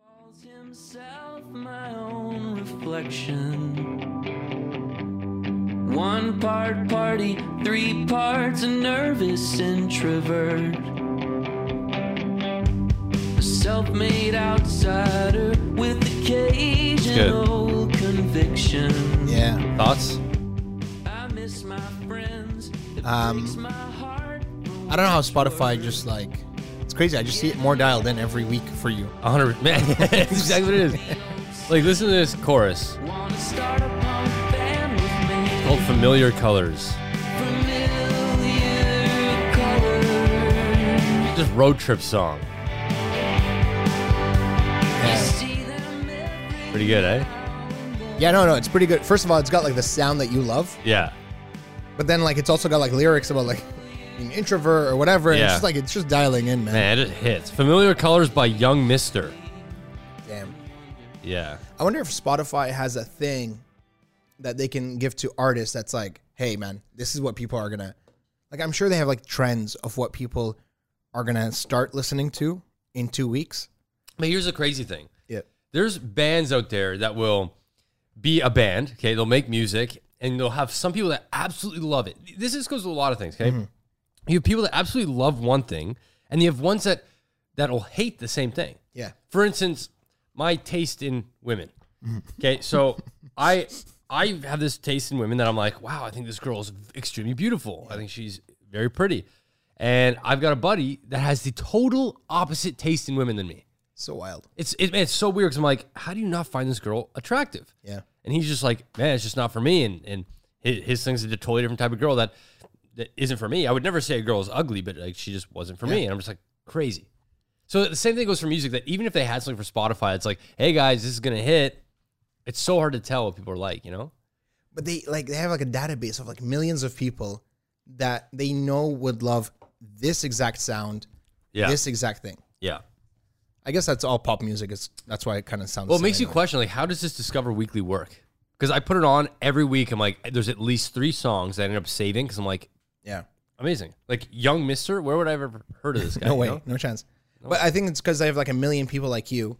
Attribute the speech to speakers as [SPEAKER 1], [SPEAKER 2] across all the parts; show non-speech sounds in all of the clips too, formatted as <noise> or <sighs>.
[SPEAKER 1] Calls himself my own reflection. One part party, three parts a nervous introvert. A self made outsider with occasional conviction.
[SPEAKER 2] Yeah.
[SPEAKER 3] Thoughts?
[SPEAKER 1] I miss my friends. It
[SPEAKER 2] Um,
[SPEAKER 1] breaks my heart.
[SPEAKER 2] I don't know how Spotify just like it's crazy. I just see it more dialed in every week for you.
[SPEAKER 3] 100. <laughs> Man, that's exactly what it is. Like, listen to this chorus.
[SPEAKER 1] Wanna start a punk band with me.
[SPEAKER 3] Called Familiar Colors.
[SPEAKER 1] Familiar colors.
[SPEAKER 3] Just road trip song.
[SPEAKER 2] Yeah.
[SPEAKER 1] See them every
[SPEAKER 3] Pretty good, eh?
[SPEAKER 2] yeah, no, no, it's pretty good. First of all, it's got like the sound that you love,
[SPEAKER 3] Yeah.
[SPEAKER 2] but then like it's also got like lyrics about like being introvert or whatever. And
[SPEAKER 3] Yeah.
[SPEAKER 2] It's just like it's just dialing in, man.
[SPEAKER 3] Man, it hits. Familiar Colors by Young Mister.
[SPEAKER 2] Damn.
[SPEAKER 3] Yeah.
[SPEAKER 2] I wonder if Spotify has a thing that they can give to artists that's like, hey, man, this is what people are gonna like. I'm sure they have like trends of what people are gonna start listening to in two weeks.
[SPEAKER 3] But here's the crazy thing.
[SPEAKER 2] Yeah.
[SPEAKER 3] there's bands out there that will be a band. Okay, they'll make music and they'll have some people that absolutely love it. This just goes to a lot of things. Okay, you have people that absolutely love one thing, and you have ones that that'll hate the same thing.
[SPEAKER 2] Yeah.
[SPEAKER 3] For instance, my taste in women. Okay, so I I have this taste in women that I'm like, wow, I think this girl is extremely beautiful. I think she's very pretty. And I've got a buddy that has the total opposite taste in women than me.
[SPEAKER 2] So wild.
[SPEAKER 3] It's it, man, it's so weird because I'm like, how do you not find this girl attractive?
[SPEAKER 2] Yeah.
[SPEAKER 3] And he's just like, man, it's just not for me. And and his, his thing's a totally different type of girl that that isn't for me. I would never say a girl is ugly, but like she just wasn't for me. And I'm just like crazy. So the same thing goes for music. That even if they had something for Spotify, it's like, hey guys, this is gonna hit. It's so hard to tell what people are like, you know?
[SPEAKER 2] But they like they have like a database of like millions of people that they know would love this exact sound,
[SPEAKER 3] Yeah.
[SPEAKER 2] this exact thing.
[SPEAKER 3] yeah.
[SPEAKER 2] I guess that's all pop music is. That's why it kind of sounds.
[SPEAKER 3] Well, it
[SPEAKER 2] the same
[SPEAKER 3] makes you
[SPEAKER 2] anyway.
[SPEAKER 3] question like, how does this Discover Weekly work? Because I put it on every week. I'm like, there's at least three songs that I end up saving because I'm like,
[SPEAKER 2] Yeah.
[SPEAKER 3] Amazing. Like young Mister, where would I have ever heard of
[SPEAKER 2] <laughs>
[SPEAKER 3] this guy?
[SPEAKER 2] No
[SPEAKER 3] you
[SPEAKER 2] way,
[SPEAKER 3] know?
[SPEAKER 2] no chance. but I think it's because they have like a million people like you,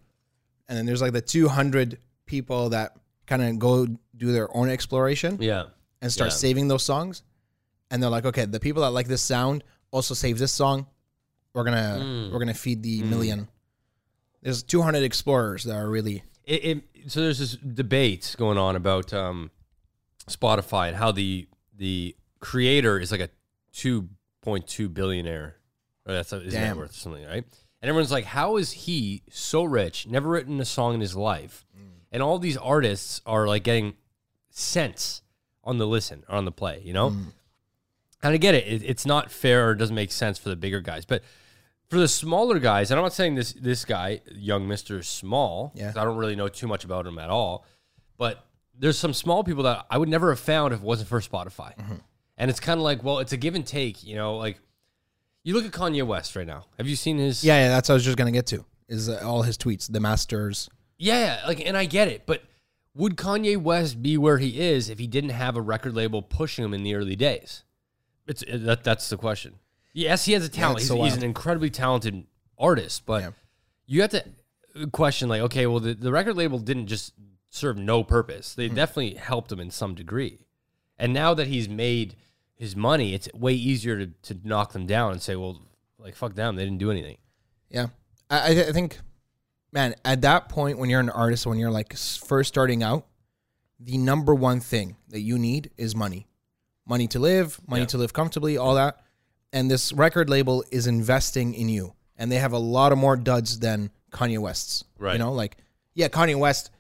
[SPEAKER 2] and then there's like the 200 people that kind of go do their own exploration
[SPEAKER 3] Yeah.
[SPEAKER 2] and start
[SPEAKER 3] yeah.
[SPEAKER 2] saving those songs, and they're like, okay, the people that like this sound also save this song. We're gonna we're gonna feed the million. There's 200 explorers that are really
[SPEAKER 3] It, it, so there's this debate going on about um, Spotify and how the the creator is like a 2.2 billionaire, or that's his net
[SPEAKER 2] Damn.
[SPEAKER 3] worth or something, right? And everyone's like, how is he so rich? Never written a song in his life, and all these artists are like getting cents on the listen or on the play, you know?
[SPEAKER 2] Mm.
[SPEAKER 3] And I get it. it. It's not fair or it doesn't make sense for the bigger guys. But for the smaller guys, and I'm not saying this this guy, young Mr. is Small,
[SPEAKER 2] Yeah.
[SPEAKER 3] 'cause I don't really know too much about him at all. But there's some small people that I would never have found if it wasn't for Spotify.
[SPEAKER 2] Mm-hmm.
[SPEAKER 3] And it's kind of like, well, it's a give and take, you know, like you look at Kanye West right now. Have you seen his
[SPEAKER 2] yeah, yeah. That's what I was just gonna get to is uh, all his tweets, the masters.
[SPEAKER 3] Yeah, like, and I get it, but would Kanye West be where he is if he didn't have a record label pushing him in the early days? It's uh, that, that's the question. Yes, he has a talent.
[SPEAKER 2] it's
[SPEAKER 3] he's,
[SPEAKER 2] so
[SPEAKER 3] he's
[SPEAKER 2] wild.
[SPEAKER 3] an incredibly talented artist, but
[SPEAKER 2] Yeah.
[SPEAKER 3] you have to uh, question, like, okay, well, the, the record label didn't just serve no purpose. They
[SPEAKER 2] Hmm.
[SPEAKER 3] definitely helped him in some degree. And now that he's made his money, it's way easier to, to knock them down and say, well, like, fuck them. They didn't do anything.
[SPEAKER 2] Yeah, I, I- I think, man, at that point when you're an artist, when you're like s- first starting out, the number one thing that you need is money, money to live, money
[SPEAKER 3] Yeah.
[SPEAKER 2] to live comfortably, all that. And this record label is investing in you, and they have a lot of more duds than Kanye West's.
[SPEAKER 3] Right.
[SPEAKER 2] You know, like yeah, Kanye West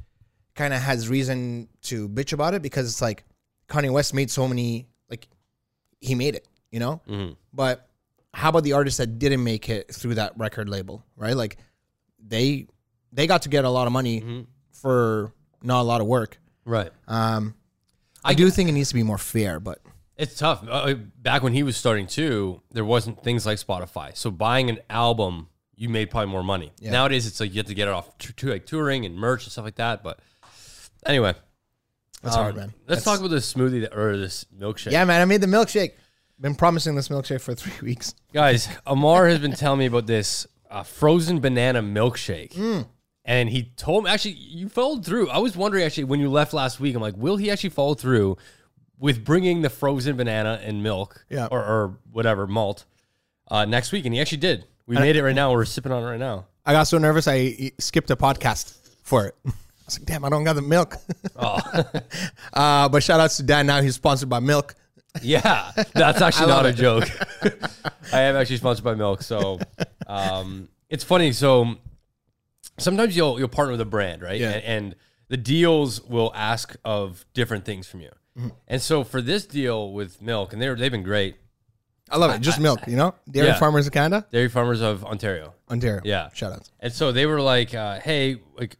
[SPEAKER 2] kind of has reason to bitch about it because it's like Kanye West made so many like he made it, you know?
[SPEAKER 3] Mm-hmm.
[SPEAKER 2] But how about the artists that didn't make it through that record label, right? Like they they got to get a lot of money
[SPEAKER 3] Mm-hmm.
[SPEAKER 2] for not a lot of work.
[SPEAKER 3] Right.
[SPEAKER 2] Um I, do think it needs to be more fair, but
[SPEAKER 3] It's tough. Uh, back when he was starting too, there wasn't things like Spotify. So buying an album, you made probably more money. Nowadays, it's like you have to get it off to, to like touring and merch and stuff like that. But anyway,
[SPEAKER 2] that's hard, man.
[SPEAKER 3] let's
[SPEAKER 2] That's-
[SPEAKER 3] talk about this smoothie that, or this milkshake.
[SPEAKER 2] Yeah, man, I made the milkshake. Been promising this milkshake for <laughs> 3 weeks.
[SPEAKER 3] guys, Amar has been telling me about this uh, frozen banana milkshake. And he told me actually you followed through. I was wondering actually when you left last week. I'm like, will he actually follow through with bringing the frozen banana and milk,
[SPEAKER 2] Yeah.
[SPEAKER 3] or, or whatever malt uh, next week? And he actually did. We made it right now. We're sipping on it right now.
[SPEAKER 2] I got so nervous I e- skipped a podcast for it. <laughs> I was like, damn, I don't got the milk. <laughs>
[SPEAKER 3] Oh.
[SPEAKER 2] uh, but shout outs to Dan now. He's sponsored by milk.
[SPEAKER 3] Yeah, that's actually not a joke. <laughs> I am actually sponsored by Milk, so um, it's funny. So sometimes you'll you'll partner with a brand, right?
[SPEAKER 2] Yeah.
[SPEAKER 3] And, and the deals will ask of different things from you. And so for this deal with Milk, and they're they've been great.
[SPEAKER 2] I love it. Just milk, you know? Dairy
[SPEAKER 3] Yeah.
[SPEAKER 2] Farmers of Canada,
[SPEAKER 3] Dairy Farmers of Ontario,
[SPEAKER 2] Ontario.
[SPEAKER 3] Yeah.
[SPEAKER 2] Shout outs.
[SPEAKER 3] and so they were like, uh, "Hey, like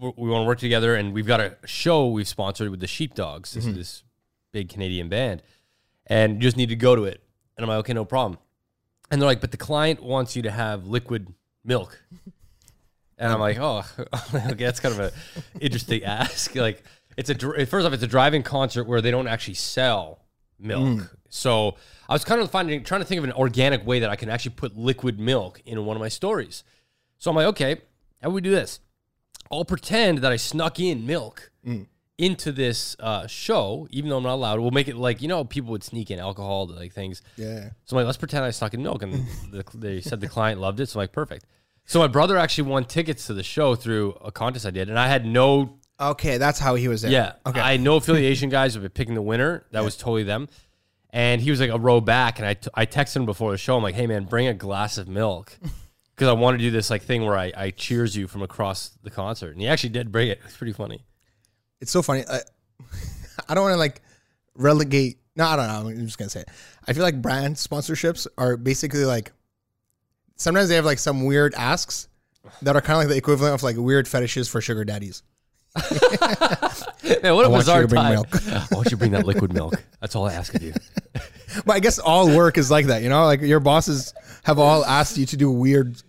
[SPEAKER 3] we, we want to work together, and we've got a show we've sponsored with the Sheepdogs, this, this big Canadian band, and you just need to go to it." And I'm like, "Okay, no problem." And they're like, "But the client wants you to have liquid milk," and I'm like, "Oh, <laughs> okay, that's kind of an interesting <laughs> ask. Like, it's a dr- first off, it's a driving concert where they don't actually sell." milk so i was kind of finding trying to think of an organic way that i can actually put liquid milk in one of my stories so I'm like, okay, how do we do this? I'll pretend that I snuck in milk into this uh, show, even though I'm not allowed. We'll make it like you know people would sneak in alcohol to like things.
[SPEAKER 2] Yeah.
[SPEAKER 3] So I'm like, let's pretend I snuck in milk, and the, they said the client loved it. So I'm like, perfect. So my brother actually won tickets to the show through a contest I did, and I had no
[SPEAKER 2] Okay, that's how he was there.
[SPEAKER 3] yeah.
[SPEAKER 2] Okay.
[SPEAKER 3] I had no affiliation guys have been picking the winner. That was totally them. And he was like a row back, and I, t- I texted him before the show. I'm like, hey man, bring a glass of <laughs> milk because I want to do this like thing where I, I cheers you from across the concert. And he actually did bring it. It's pretty funny.
[SPEAKER 2] it's so funny. I, <laughs> I don't want to like relegate. No, I don't know. I'm just gonna say it. I feel like brand sponsorships are basically like sometimes they have like some weird asks that are kind of like the equivalent of like weird fetishes for sugar daddies.
[SPEAKER 3] <laughs> Man, what a
[SPEAKER 2] want you
[SPEAKER 3] bizarre
[SPEAKER 2] to bring
[SPEAKER 3] time. <laughs>
[SPEAKER 2] milk.
[SPEAKER 3] I want you to bring that liquid milk. That's all I ask <laughs> of you.
[SPEAKER 2] But I guess all work is like that, you know. Like your bosses have all asked you to do weird,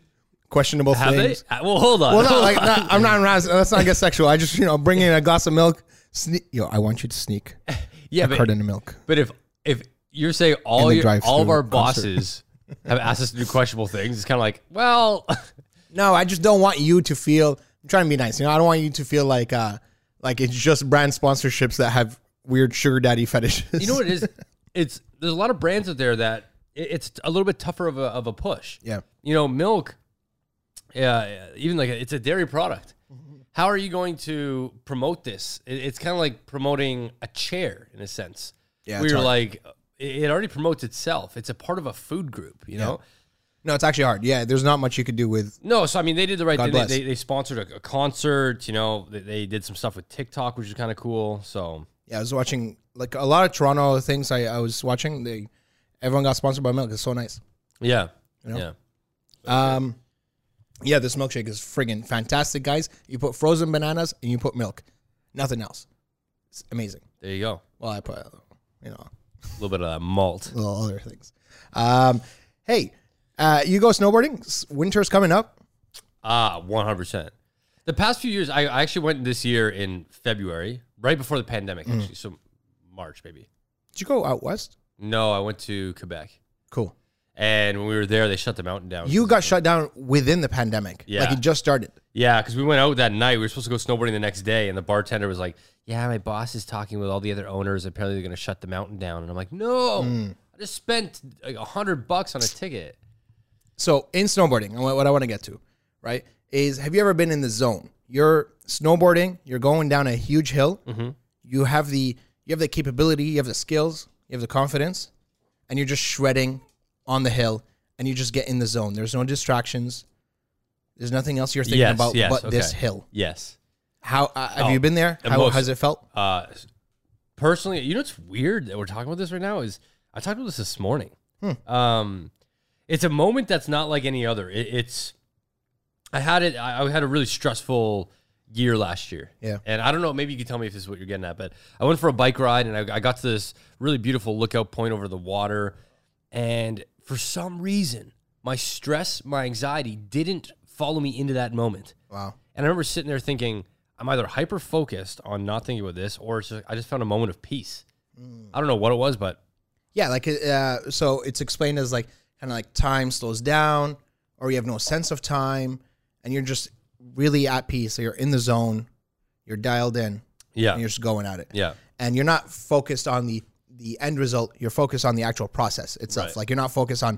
[SPEAKER 2] questionable
[SPEAKER 3] Have they?
[SPEAKER 2] things.
[SPEAKER 3] Uh, Well, hold on.
[SPEAKER 2] Well, no, like no, I'm not. I'm not- Let's not get sexual. I just you know bring in a glass of milk. Sneak, yo, I want you to sneak
[SPEAKER 3] <laughs> yeah,
[SPEAKER 2] a
[SPEAKER 3] but,
[SPEAKER 2] carton of milk.
[SPEAKER 3] but if if you're saying all
[SPEAKER 2] the
[SPEAKER 3] your, all of
[SPEAKER 2] drive-thru
[SPEAKER 3] our
[SPEAKER 2] concert.
[SPEAKER 3] bosses have asked us to do questionable things, it's kind of like, well, <laughs>
[SPEAKER 2] No, I just don't want you to feel. I'm trying to be nice. You know, I don't want you to feel like uh like it's just brand sponsorships that have weird sugar daddy fetishes.
[SPEAKER 3] You know what it is? It's there's a lot of brands out there that it, it's a little bit tougher of a of a push.
[SPEAKER 2] <laughs> Yeah.
[SPEAKER 3] You know, milk. Yeah, even like it's a dairy product. How are you going to promote this? It, it's kind of like promoting a chair in a sense.
[SPEAKER 2] Yeah,
[SPEAKER 3] where
[SPEAKER 2] it's
[SPEAKER 3] you're
[SPEAKER 2] hard.
[SPEAKER 3] like, it, it already promotes itself. It's a part of a food group. You know.
[SPEAKER 2] No, it's actually hard. Yeah, there's not much you could do with.
[SPEAKER 3] No, so I mean, they did the right thing. They,
[SPEAKER 2] bless.
[SPEAKER 3] they, they sponsored a, a concert. You know, they, they did some stuff with TikTok, which is kind of cool. So
[SPEAKER 2] Yeah, I was watching like a lot of Toronto things. I, I was watching. They everyone got sponsored by milk. It's so nice.
[SPEAKER 3] yeah, yeah.
[SPEAKER 2] Um, yeah, this milkshake is friggin' fantastic, guys. You put frozen bananas and you put milk, nothing else. It's amazing.
[SPEAKER 3] There you go.
[SPEAKER 2] Well, I put you know
[SPEAKER 3] A little bit of that malt.
[SPEAKER 2] little other things. Um, hey, uh, you go snowboarding. S- Winter's coming up.
[SPEAKER 3] Ah, one hundred percent. The past few years, I, I actually went this year in February, right before the pandemic,
[SPEAKER 2] Mm.
[SPEAKER 3] actually. So March, maybe.
[SPEAKER 2] Did you go out west?
[SPEAKER 3] No, I went to Quebec,
[SPEAKER 2] Cool.
[SPEAKER 3] and when we were there, they shut the mountain down.
[SPEAKER 2] You got shut down within the pandemic.
[SPEAKER 3] Yeah.
[SPEAKER 2] Like it just started.
[SPEAKER 3] yeah, because we went out that night. We were supposed to go snowboarding the next day, and the bartender was like, "Yeah, my boss is talking with all the other owners. Apparently, they're going to shut the mountain down." And I'm like, "No, I just spent like a hundred bucks on a ticket."
[SPEAKER 2] So in snowboarding, and what what I want to get to, right, is have you ever been in the zone? You're snowboarding. You're going down a huge hill.
[SPEAKER 3] Mm-hmm.
[SPEAKER 2] You have the you have the capability. You have the skills. You have the confidence, and you're just shredding on the hill, and you just get in the zone. There's no distractions. There's nothing else you're thinking
[SPEAKER 3] Yes,
[SPEAKER 2] about
[SPEAKER 3] yes,
[SPEAKER 2] but this
[SPEAKER 3] okay.
[SPEAKER 2] hill.
[SPEAKER 3] Yes.
[SPEAKER 2] How uh, have
[SPEAKER 3] Oh,
[SPEAKER 2] you been there? How
[SPEAKER 3] most-
[SPEAKER 2] has it felt?
[SPEAKER 3] Uh, personally, you know what's weird that we're talking about this right now is I talked about this this morning.
[SPEAKER 2] Hmm.
[SPEAKER 3] Um, it's a moment that's not like any other. It, it's I had it. I, I had a really stressful year last year.
[SPEAKER 2] Yeah.
[SPEAKER 3] and I don't know. Maybe you can tell me if this is what you're getting at. But I went for a bike ride and I, I got to this really beautiful lookout point over the water, and for some reason, my stress, my anxiety, didn't follow me into that moment.
[SPEAKER 2] Wow.
[SPEAKER 3] And I remember sitting there thinking, I'm either hyper focused on not thinking about this, or it's just, I just found a moment of peace.
[SPEAKER 2] Mm.
[SPEAKER 3] I don't know what it was, but
[SPEAKER 2] Yeah, like uh, so it's explained as like kind of like time slows down, or you have no sense of time, and you're just really at peace. So you're in the zone, you're dialed in,
[SPEAKER 3] Yeah.
[SPEAKER 2] and you're just going at it.
[SPEAKER 3] yeah.
[SPEAKER 2] and you're not focused on the the end result. You're focused on the actual process itself.
[SPEAKER 3] Right.
[SPEAKER 2] Like you're not focused on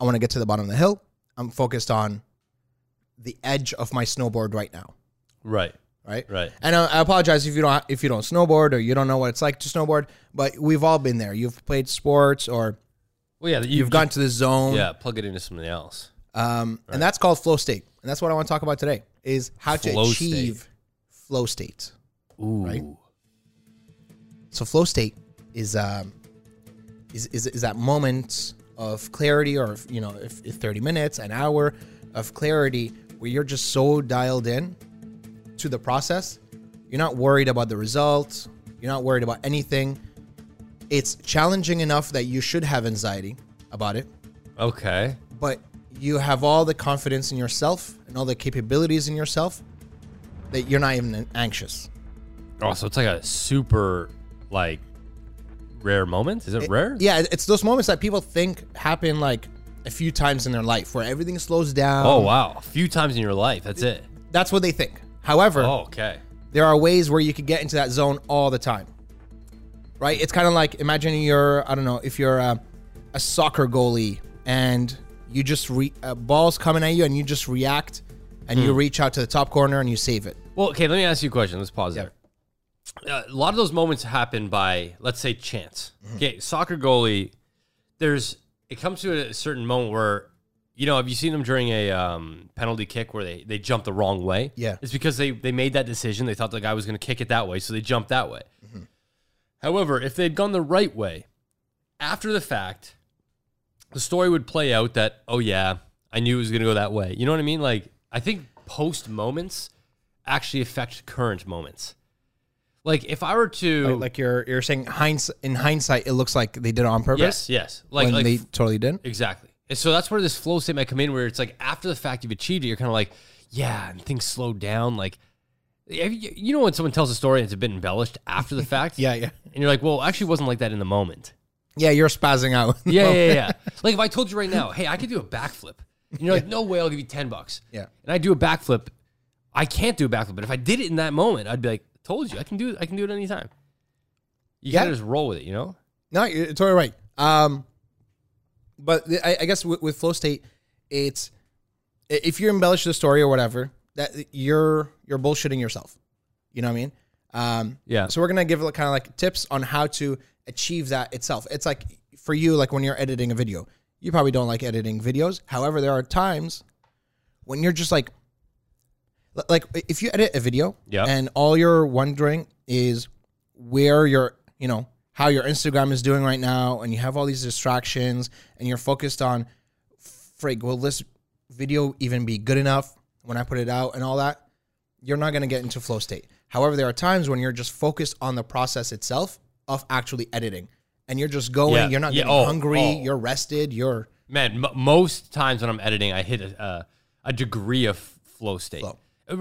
[SPEAKER 2] I want to get to the bottom of the hill. I'm focused on the edge of my snowboard right now.
[SPEAKER 3] Right.
[SPEAKER 2] Right.
[SPEAKER 3] Right.
[SPEAKER 2] And I, I apologize if you don't if you don't snowboard or you don't know what it's like to snowboard. But we've all been there. You've played sports or
[SPEAKER 3] Well, yeah.
[SPEAKER 2] you've gone to the zone.
[SPEAKER 3] Yeah. Plug it into something else.
[SPEAKER 2] Um, And that's called flow state. And that's what I want to talk about today is how
[SPEAKER 3] Flow
[SPEAKER 2] to
[SPEAKER 3] state.
[SPEAKER 2] achieve flow state.
[SPEAKER 3] Ooh.
[SPEAKER 2] So flow state is um, is, is is that moment of clarity, or if, you know, if, if thirty minutes, an hour of clarity, where you're just so dialed in to the process, you're not worried about the result, you're not worried about anything. It's challenging enough that you should have anxiety about it,
[SPEAKER 3] Okay.
[SPEAKER 2] but you have all the confidence in yourself and all the capabilities in yourself that you're not even anxious.
[SPEAKER 3] Oh, so it's like a super like rare moment. Is it, rare?
[SPEAKER 2] Yeah, it- it's those moments that people think happen like a few times in their life where everything slows down.
[SPEAKER 3] Oh wow. A few times in your life. That's it.
[SPEAKER 2] That's what they think. However,
[SPEAKER 3] Oh, okay.
[SPEAKER 2] there are ways where you could get into that zone all the time. Right? It's kind of like imagining you're, I don't know, if you're a, a soccer goalie and you just, re- uh, ball's coming at you and you just react and
[SPEAKER 3] Hmm.
[SPEAKER 2] you reach out to the top corner and you save it.
[SPEAKER 3] Well, okay, let me ask you a question. Let's pause there. Uh, a lot of those moments happen by, let's say, chance. Okay, soccer goalie, there's it comes to a certain moment where, you know, have you seen them during a um, penalty kick where they they jump the wrong way?
[SPEAKER 2] Yeah.
[SPEAKER 3] it's because they they made that decision. They thought the guy was going to kick it that way, so they jumped that way. However, if they'd gone the right way, after the fact, the story would play out that oh yeah, I knew it was going to go that way. You know what I mean? Like I think post moments actually affect current moments. Like if I were to
[SPEAKER 2] Like, like you're you're saying hindsight, in hindsight, it looks like they did it on
[SPEAKER 3] yes,
[SPEAKER 2] purpose
[SPEAKER 3] yes, like
[SPEAKER 2] when
[SPEAKER 3] like
[SPEAKER 2] they totally didn't.
[SPEAKER 3] exactly. And so that's where this flow state might come in, where it's like after the fact you've achieved it, you're kind of like yeah, and things slow down. Like have you you know when someone tells a story and it's a bit embellished after the fact,
[SPEAKER 2] <laughs> Yeah, yeah.
[SPEAKER 3] and you're like, well, it actually wasn't like that in the moment.
[SPEAKER 2] Yeah, you're spazzing out. <laughs>
[SPEAKER 3] <laughs> Yeah, yeah, yeah. like if I told you right now, hey, I could do a backflip, and you're like, no way, I'll give you ten bucks.
[SPEAKER 2] Yeah.
[SPEAKER 3] And I do a backflip, I can't do a backflip, but if I did it in that moment, I'd be like, told you, I can do it. I can do it anytime. You
[SPEAKER 2] Yeah.
[SPEAKER 3] gotta just roll with it, you know?
[SPEAKER 2] No, you're totally right. Um, but the- I, I guess with, with flow state, it's i- if you embellish the story or whatever, that you're you're bullshitting yourself. You know what I mean? Um,
[SPEAKER 3] Yeah.
[SPEAKER 2] So we're gonna give kind of like tips on how to achieve that itself. It's like for you, like when you're editing a video, you probably don't like editing videos. However, there are times when you're just like, li- like if you edit a video,
[SPEAKER 3] Yeah.
[SPEAKER 2] and all you're wondering is where your you know how your Instagram is doing right now, and you have all these distractions, and you're focused on, frig, will this video even be good enough when I put it out, and all that you're not going to get into flow state. However, there are times when you're just focused on the process itself of actually editing, and you're just going.
[SPEAKER 3] Yeah.
[SPEAKER 2] You're not
[SPEAKER 3] Yeah.
[SPEAKER 2] getting
[SPEAKER 3] Oh,
[SPEAKER 2] hungry.
[SPEAKER 3] oh.
[SPEAKER 2] You're rested. You're
[SPEAKER 3] Man, m- most times when I'm editing, I hit a, a, a degree of flow state.
[SPEAKER 2] Flow.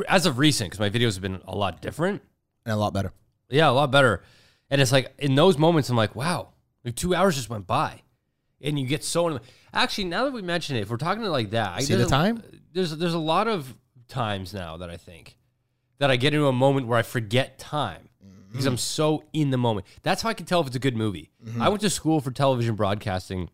[SPEAKER 3] As of recent, because my videos have been a lot different.
[SPEAKER 2] and a lot better.
[SPEAKER 3] Yeah, a lot better. And it's like in those moments, I'm like, wow, like two hours just went by, and you get so. Actually, now that we mention it, if we're talking like that,
[SPEAKER 2] See the
[SPEAKER 3] there's a-
[SPEAKER 2] time?
[SPEAKER 3] There's there's a lot of times now that I think that I get into a moment where I forget time
[SPEAKER 2] Mm-hmm.
[SPEAKER 3] because I'm so in the moment. That's how I can tell if it's a good movie. I went to school for television broadcasting,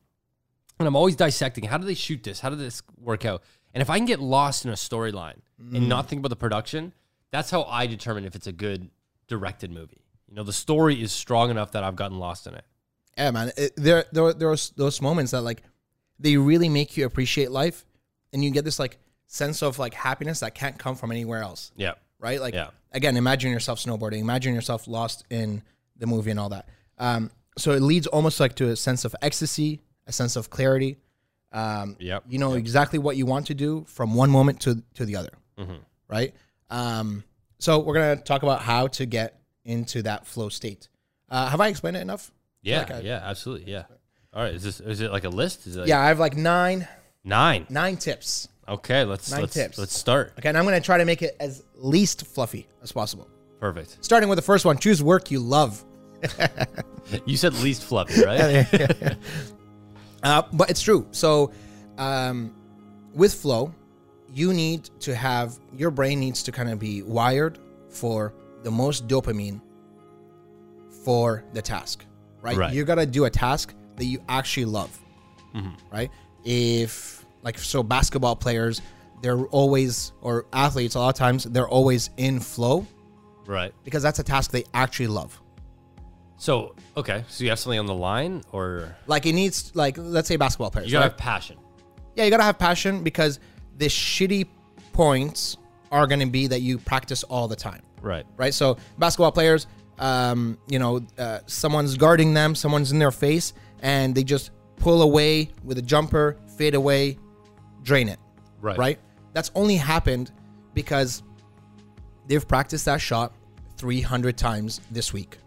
[SPEAKER 3] and I'm always dissecting how do they shoot this? How did this work out? And if I can get lost in a storyline and not think about the production, that's how I determine if it's a good directed movie. You know, the story is strong enough that I've gotten lost in it.
[SPEAKER 2] Yeah, man. It, there, there, there are s- those moments that like they really make you appreciate life, and you get this like sense of like happiness that can't come from anywhere else.
[SPEAKER 3] Yeah.
[SPEAKER 2] right? Like
[SPEAKER 3] Yeah.
[SPEAKER 2] again, imagine yourself snowboarding, imagine yourself lost in the movie and all that. Um, so it leads almost like to a sense of ecstasy, a sense of clarity. Um,
[SPEAKER 3] Yep.
[SPEAKER 2] You know exactly what you want to do from one moment to to the other,
[SPEAKER 3] Mm-hmm.
[SPEAKER 2] right? Um, so we're gonna talk about how to get into that flow state. Uh, have I explained it enough?
[SPEAKER 3] Yeah.
[SPEAKER 2] Like I-
[SPEAKER 3] yeah. Absolutely. Yeah. All right. Is this is it like a list? Is it like
[SPEAKER 2] Yeah, I have like nine
[SPEAKER 3] nine?
[SPEAKER 2] nine tips.
[SPEAKER 3] Okay. Let's
[SPEAKER 2] Nine
[SPEAKER 3] let's
[SPEAKER 2] tips.
[SPEAKER 3] let's start.
[SPEAKER 2] Okay, and I'm gonna try to make it as least fluffy as possible.
[SPEAKER 3] Perfect. <laughs>
[SPEAKER 2] Starting with the first one, choose work you love.
[SPEAKER 3] You said least fluffy, right?
[SPEAKER 2] Uh, but it's true. So, um, with flow, you need to have your brain needs to kind of be wired for the most dopamine for the task, right?
[SPEAKER 3] Right.
[SPEAKER 2] You gotta do a task that you actually love,
[SPEAKER 3] Mm-hmm.
[SPEAKER 2] right? If like so, basketball players, they're always or athletes a lot of times they're always in flow
[SPEAKER 3] Right.
[SPEAKER 2] because that's a task they actually love.
[SPEAKER 3] So okay, so you have something on the line, or
[SPEAKER 2] Like it needs like let's say basketball players,
[SPEAKER 3] you gotta
[SPEAKER 2] right?
[SPEAKER 3] have passion.
[SPEAKER 2] yeah, you gotta have passion because the shitty points are gonna be that you practice all the time,
[SPEAKER 3] Right.
[SPEAKER 2] right? So basketball players, um, you know, uh, someone's guarding them, someone's in their face, and they just pull away with a jumper, fade away, drain it,
[SPEAKER 3] Right.
[SPEAKER 2] right? That's only happened because they've practiced that shot 300 times this week,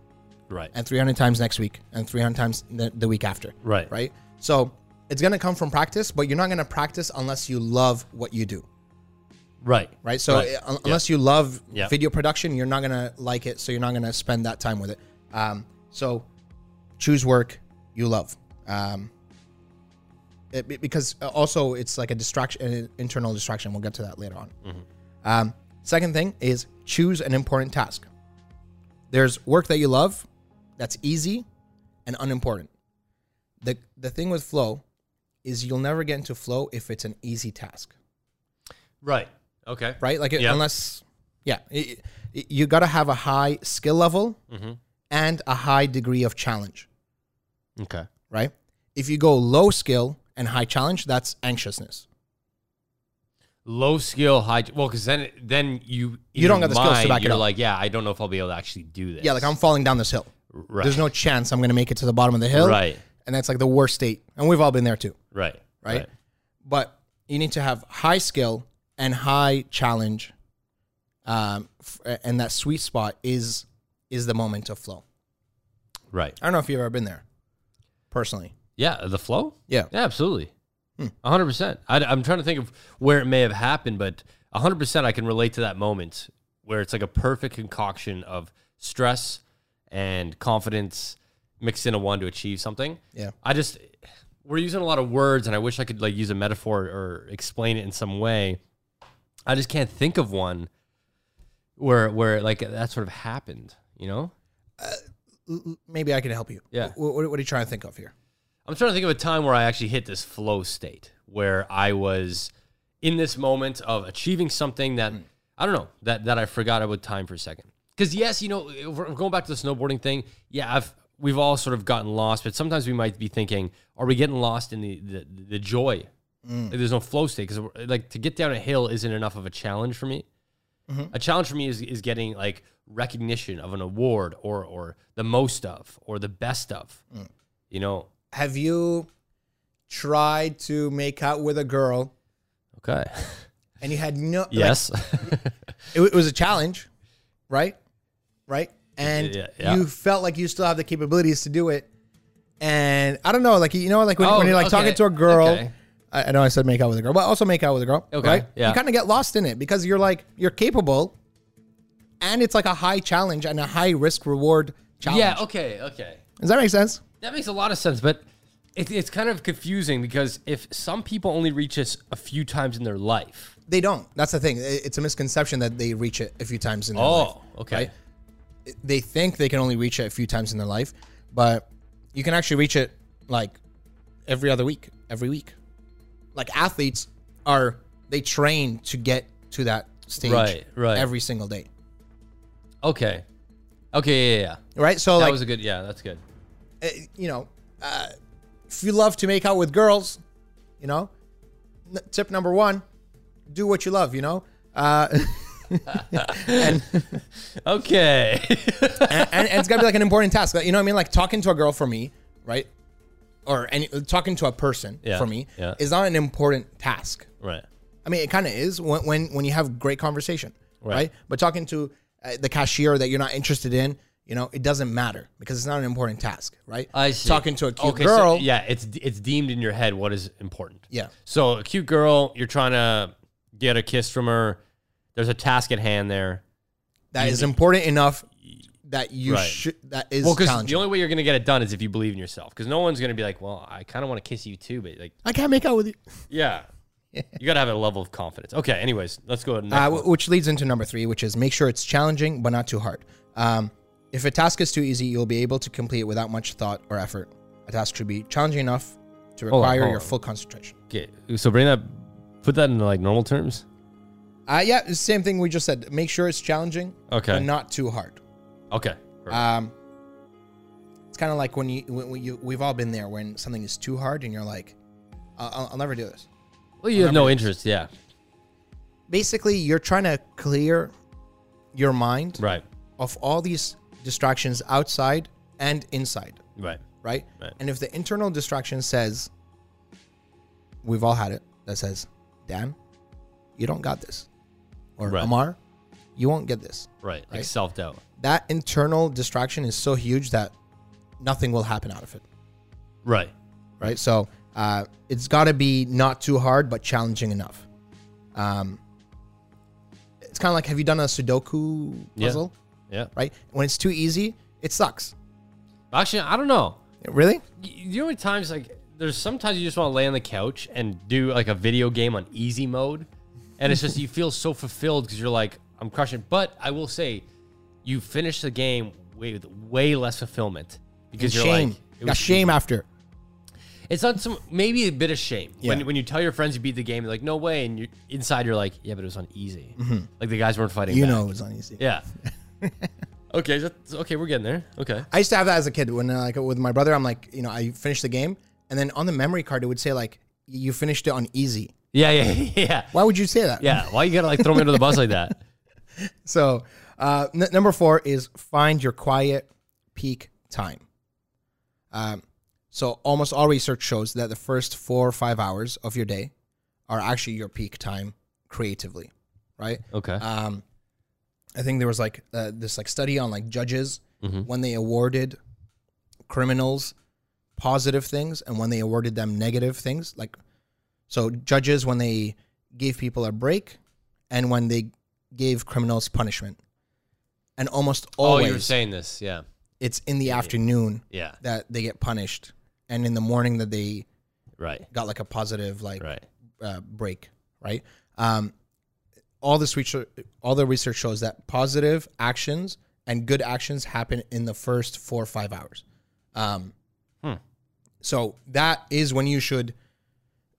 [SPEAKER 3] Right.
[SPEAKER 2] and 300 times next week, and 300 times the, the week after,
[SPEAKER 3] Right.
[SPEAKER 2] right? So it's gonna come from practice, but you're not gonna practice unless you love what you do,
[SPEAKER 3] right.
[SPEAKER 2] right? So
[SPEAKER 3] Right.
[SPEAKER 2] uh, un-
[SPEAKER 3] Yeah.
[SPEAKER 2] unless you love
[SPEAKER 3] Yeah.
[SPEAKER 2] video production, you're not gonna like it, so you're not gonna spend that time with it. Um, so choose work you love, um, it- be- because uh, also it's like a distraction, an internal distraction. We'll get to that later on.
[SPEAKER 3] Mm-hmm.
[SPEAKER 2] Um, second thing is choose an important task. There's work that you love, that's easy, and unimportant. the The thing with flow is you'll never get into flow if it's an easy task
[SPEAKER 3] Right. Okay.
[SPEAKER 2] right? Like, it,
[SPEAKER 3] Yeah.
[SPEAKER 2] unless, yeah, i- i- you got to have a high skill level and a high degree of challenge,
[SPEAKER 3] Okay.
[SPEAKER 2] right? If you go low skill and high challenge, that's anxiousness.
[SPEAKER 3] Low skill, high. Well, because then then you in
[SPEAKER 2] You don't
[SPEAKER 3] your
[SPEAKER 2] got the skills to
[SPEAKER 3] mind,
[SPEAKER 2] back it
[SPEAKER 3] You're
[SPEAKER 2] up.
[SPEAKER 3] like, yeah, I don't know if I'll be able to actually do this.
[SPEAKER 2] Yeah, like I'm falling down this hill.
[SPEAKER 3] Right.
[SPEAKER 2] There's no chance I'm going to make it to the bottom of the hill.
[SPEAKER 3] Right.
[SPEAKER 2] And that's like the worst state. And we've all been there too,
[SPEAKER 3] Right.
[SPEAKER 2] right? But you need to have high skill and high challenge. Um, f- and that sweet spot is is the moment of flow.
[SPEAKER 3] Right.
[SPEAKER 2] I don't know if you've ever been there, personally.
[SPEAKER 3] Yeah. The flow.
[SPEAKER 2] Yeah.
[SPEAKER 3] Yeah, absolutely.
[SPEAKER 2] Hmm.
[SPEAKER 3] A hundred percent. I- I'm trying to think of where it may have happened, but a hundred percent, I can relate to that moment where it's like a perfect concoction of stress and confidence mixed into one to achieve something.
[SPEAKER 2] Yeah.
[SPEAKER 3] I just we're using a lot of words, and I wish I could like use a metaphor or explain it in some way. I just can't think of one where where like that sort of happened. You know,
[SPEAKER 2] maybe I can help you.
[SPEAKER 3] Yeah.
[SPEAKER 2] Wh- wh- What, are you trying to think of here?
[SPEAKER 3] I'm trying to think of a time where I actually hit this flow state where I was in this moment of achieving something that I don't know that that I forgot about time for a second. Because yes, you know, if we're going back to the snowboarding thing. Yeah, I've we've all sort of gotten lost, but sometimes we might be thinking, are we getting lost in the the, the joy? Like, there's no flow state because like to get down a hill isn't enough of a challenge for me. A challenge for me is, is getting like recognition of an award or or the most of or the best of. You know,
[SPEAKER 2] Have you tried to make out with a girl
[SPEAKER 3] Okay.
[SPEAKER 2] and you had no? like,
[SPEAKER 3] <laughs> Yes.
[SPEAKER 2] it, wa- it was a challenge, right? Right, and
[SPEAKER 3] Yeah, yeah.
[SPEAKER 2] you felt like you still have the capabilities to do it. And I don't know, like you know, like when, when
[SPEAKER 3] Oh,
[SPEAKER 2] you're like
[SPEAKER 3] okay,
[SPEAKER 2] talking to a girl.
[SPEAKER 3] okay.
[SPEAKER 2] I, I know I said make out with a girl, but also make out with a girl.
[SPEAKER 3] Okay,
[SPEAKER 2] right?
[SPEAKER 3] yeah.
[SPEAKER 2] You kind of get lost in it because you're like you're capable, and it's like a high challenge and a high risk reward
[SPEAKER 3] <laughs>
[SPEAKER 2] challenge.
[SPEAKER 3] yeah. Okay. Okay.
[SPEAKER 2] Does that make sense?
[SPEAKER 3] That makes a lot of sense, but it, it's kind of confusing because if some people only reach this a few times in their life.
[SPEAKER 2] They don't. That's the thing. I- It's a misconception that they reach it a few times in their life.
[SPEAKER 3] Oh, okay.
[SPEAKER 2] right? They think they can only reach it a few times in their life, but you can actually reach it like every other week, every week. Like athletes are they train to get to that stage
[SPEAKER 3] Right, right.
[SPEAKER 2] every single day.
[SPEAKER 3] Okay. Okay. Yeah. Yeah. yeah.
[SPEAKER 2] Right? So
[SPEAKER 3] That
[SPEAKER 2] like
[SPEAKER 3] was a good. Yeah. That's good.
[SPEAKER 2] uh, you know, uh, if you love to make out with girls, you know, n- tip number one, do what you love, you know? Uh
[SPEAKER 3] <laughs>
[SPEAKER 2] <laughs>
[SPEAKER 3] Okay.
[SPEAKER 2] and, and it's gotta be like an important task. Like, you know what I mean? Like talking to a girl for me, right? Or any talking to a person
[SPEAKER 3] Yeah,
[SPEAKER 2] for me
[SPEAKER 3] yeah.
[SPEAKER 2] is not an important task.
[SPEAKER 3] <laughs> right.
[SPEAKER 2] I mean, it kind of is when, when when you have great conversation,
[SPEAKER 3] Right.
[SPEAKER 2] right? But talking to uh, the cashier that you're not interested in, you know, it doesn't matter because it's not an important task, right?
[SPEAKER 3] I see.
[SPEAKER 2] Talking to a cute
[SPEAKER 3] Okay, so-
[SPEAKER 2] girl, yeah.
[SPEAKER 3] yeah. It's it's deemed in your head what is important.
[SPEAKER 2] Yeah.
[SPEAKER 3] So a cute girl, you're trying to get a kiss from her. There's a task at hand there.
[SPEAKER 2] that is important enough that you
[SPEAKER 3] Right.
[SPEAKER 2] should that is
[SPEAKER 3] Well, because
[SPEAKER 2] challenging.
[SPEAKER 3] the only way you're going to get it done is if you believe in yourself. Because no one's going to be like, well, I kind of want to kiss you too, but like,
[SPEAKER 2] <laughs> I can't make out with you.
[SPEAKER 3] yeah, You got to have a level of confidence. Okay. Anyways, let's go. To next
[SPEAKER 2] Uh,
[SPEAKER 3] one.
[SPEAKER 2] wh- which leads into number three, which is make sure it's challenging but not too hard. Um, if a task is too easy, you'll be able to complete it without much thought or effort. A task should be challenging enough to
[SPEAKER 3] on,
[SPEAKER 2] require
[SPEAKER 3] hold
[SPEAKER 2] your
[SPEAKER 3] on.
[SPEAKER 2] full concentration.
[SPEAKER 3] Okay. So bring that, put that in like normal terms.
[SPEAKER 2] Uh, yeah, it's the same thing we just said. Make sure it's challenging,
[SPEAKER 3] Okay.
[SPEAKER 2] but not too hard.
[SPEAKER 3] Okay. Perfect.
[SPEAKER 2] Um, it's kind of like when you, when when you, we've all been there when something is too hard and you're like, I'll, I'll- I'll never do this.
[SPEAKER 3] well, you have no interest. Yeah.
[SPEAKER 2] Basically, you're trying to clear your mind
[SPEAKER 3] Right.
[SPEAKER 2] of all these distractions outside and inside,
[SPEAKER 3] Right.
[SPEAKER 2] right?
[SPEAKER 3] Right.
[SPEAKER 2] And if the internal distraction says, we've all had it, that says, Dan, you don't got this, or
[SPEAKER 3] Right.
[SPEAKER 2] Amar, you won't get this.
[SPEAKER 3] Right. Like
[SPEAKER 2] Right.
[SPEAKER 3] self doubt.
[SPEAKER 2] That internal distraction is so huge that nothing will happen out of it.
[SPEAKER 3] Right.
[SPEAKER 2] right? So uh, it's got to be not too hard, but challenging enough. Um, it's kind of like have you done a Sudoku
[SPEAKER 3] Yeah.
[SPEAKER 2] puzzle,
[SPEAKER 3] Yeah.
[SPEAKER 2] right? When it's too easy, it sucks.
[SPEAKER 3] Actually, I don't know.
[SPEAKER 2] Really?
[SPEAKER 3] Y- You know, at times like there's sometimes you just want to lay on the couch and do like a video game on easy mode, and it's just you feel so fulfilled because you're like I'm crushing. But I will say, you finish the game with way less fulfillment because you're
[SPEAKER 2] shame.
[SPEAKER 3] like it
[SPEAKER 2] Got
[SPEAKER 3] was
[SPEAKER 2] shame after.
[SPEAKER 3] It's not some maybe a bit of shame
[SPEAKER 2] Yeah.
[SPEAKER 3] when when you tell your friends you beat the game, they're like no way, and you inside you're like yeah, but it was on easy. Like the guys weren't fighting.
[SPEAKER 2] Mm-hmm. You
[SPEAKER 3] back.
[SPEAKER 2] know, it's not easy. <laughs>
[SPEAKER 3] Yeah. okay. That's, okay. We're getting there. Okay.
[SPEAKER 2] I used to have that as a kid when uh, like with my brother. I'm like, you know, I finished the game, and then on the memory card it would say like, you finished it on easy.
[SPEAKER 3] Yeah. Yeah. <laughs> Yeah.
[SPEAKER 2] Why would you say that?
[SPEAKER 3] Yeah. Why you gotta like throw me under the bus like that?
[SPEAKER 2] <laughs> So uh, n- number four is find your quiet peak time. Um, so almost all research shows that the first four or five hours of your day are actually your peak time creatively, right?
[SPEAKER 3] Okay.
[SPEAKER 2] Um, I think there was like uh, this like study on like judges
[SPEAKER 3] Mm-hmm.
[SPEAKER 2] when they awarded criminals positive things and when they awarded them negative things. Like, so judges when they gave people a break and when they gave criminals punishment, and almost
[SPEAKER 3] Oh, you were
[SPEAKER 2] always
[SPEAKER 3] saying this. Yeah.
[SPEAKER 2] it's in the afternoon
[SPEAKER 3] Yeah.
[SPEAKER 2] that they get punished, and in the morning that they
[SPEAKER 3] Right.
[SPEAKER 2] got like a positive like
[SPEAKER 3] Right.
[SPEAKER 2] uh, break, right? Um, all this research, all the research shows that positive actions and good actions happen in the first four or five hours. Um,
[SPEAKER 3] Hmm.
[SPEAKER 2] So that is when you should,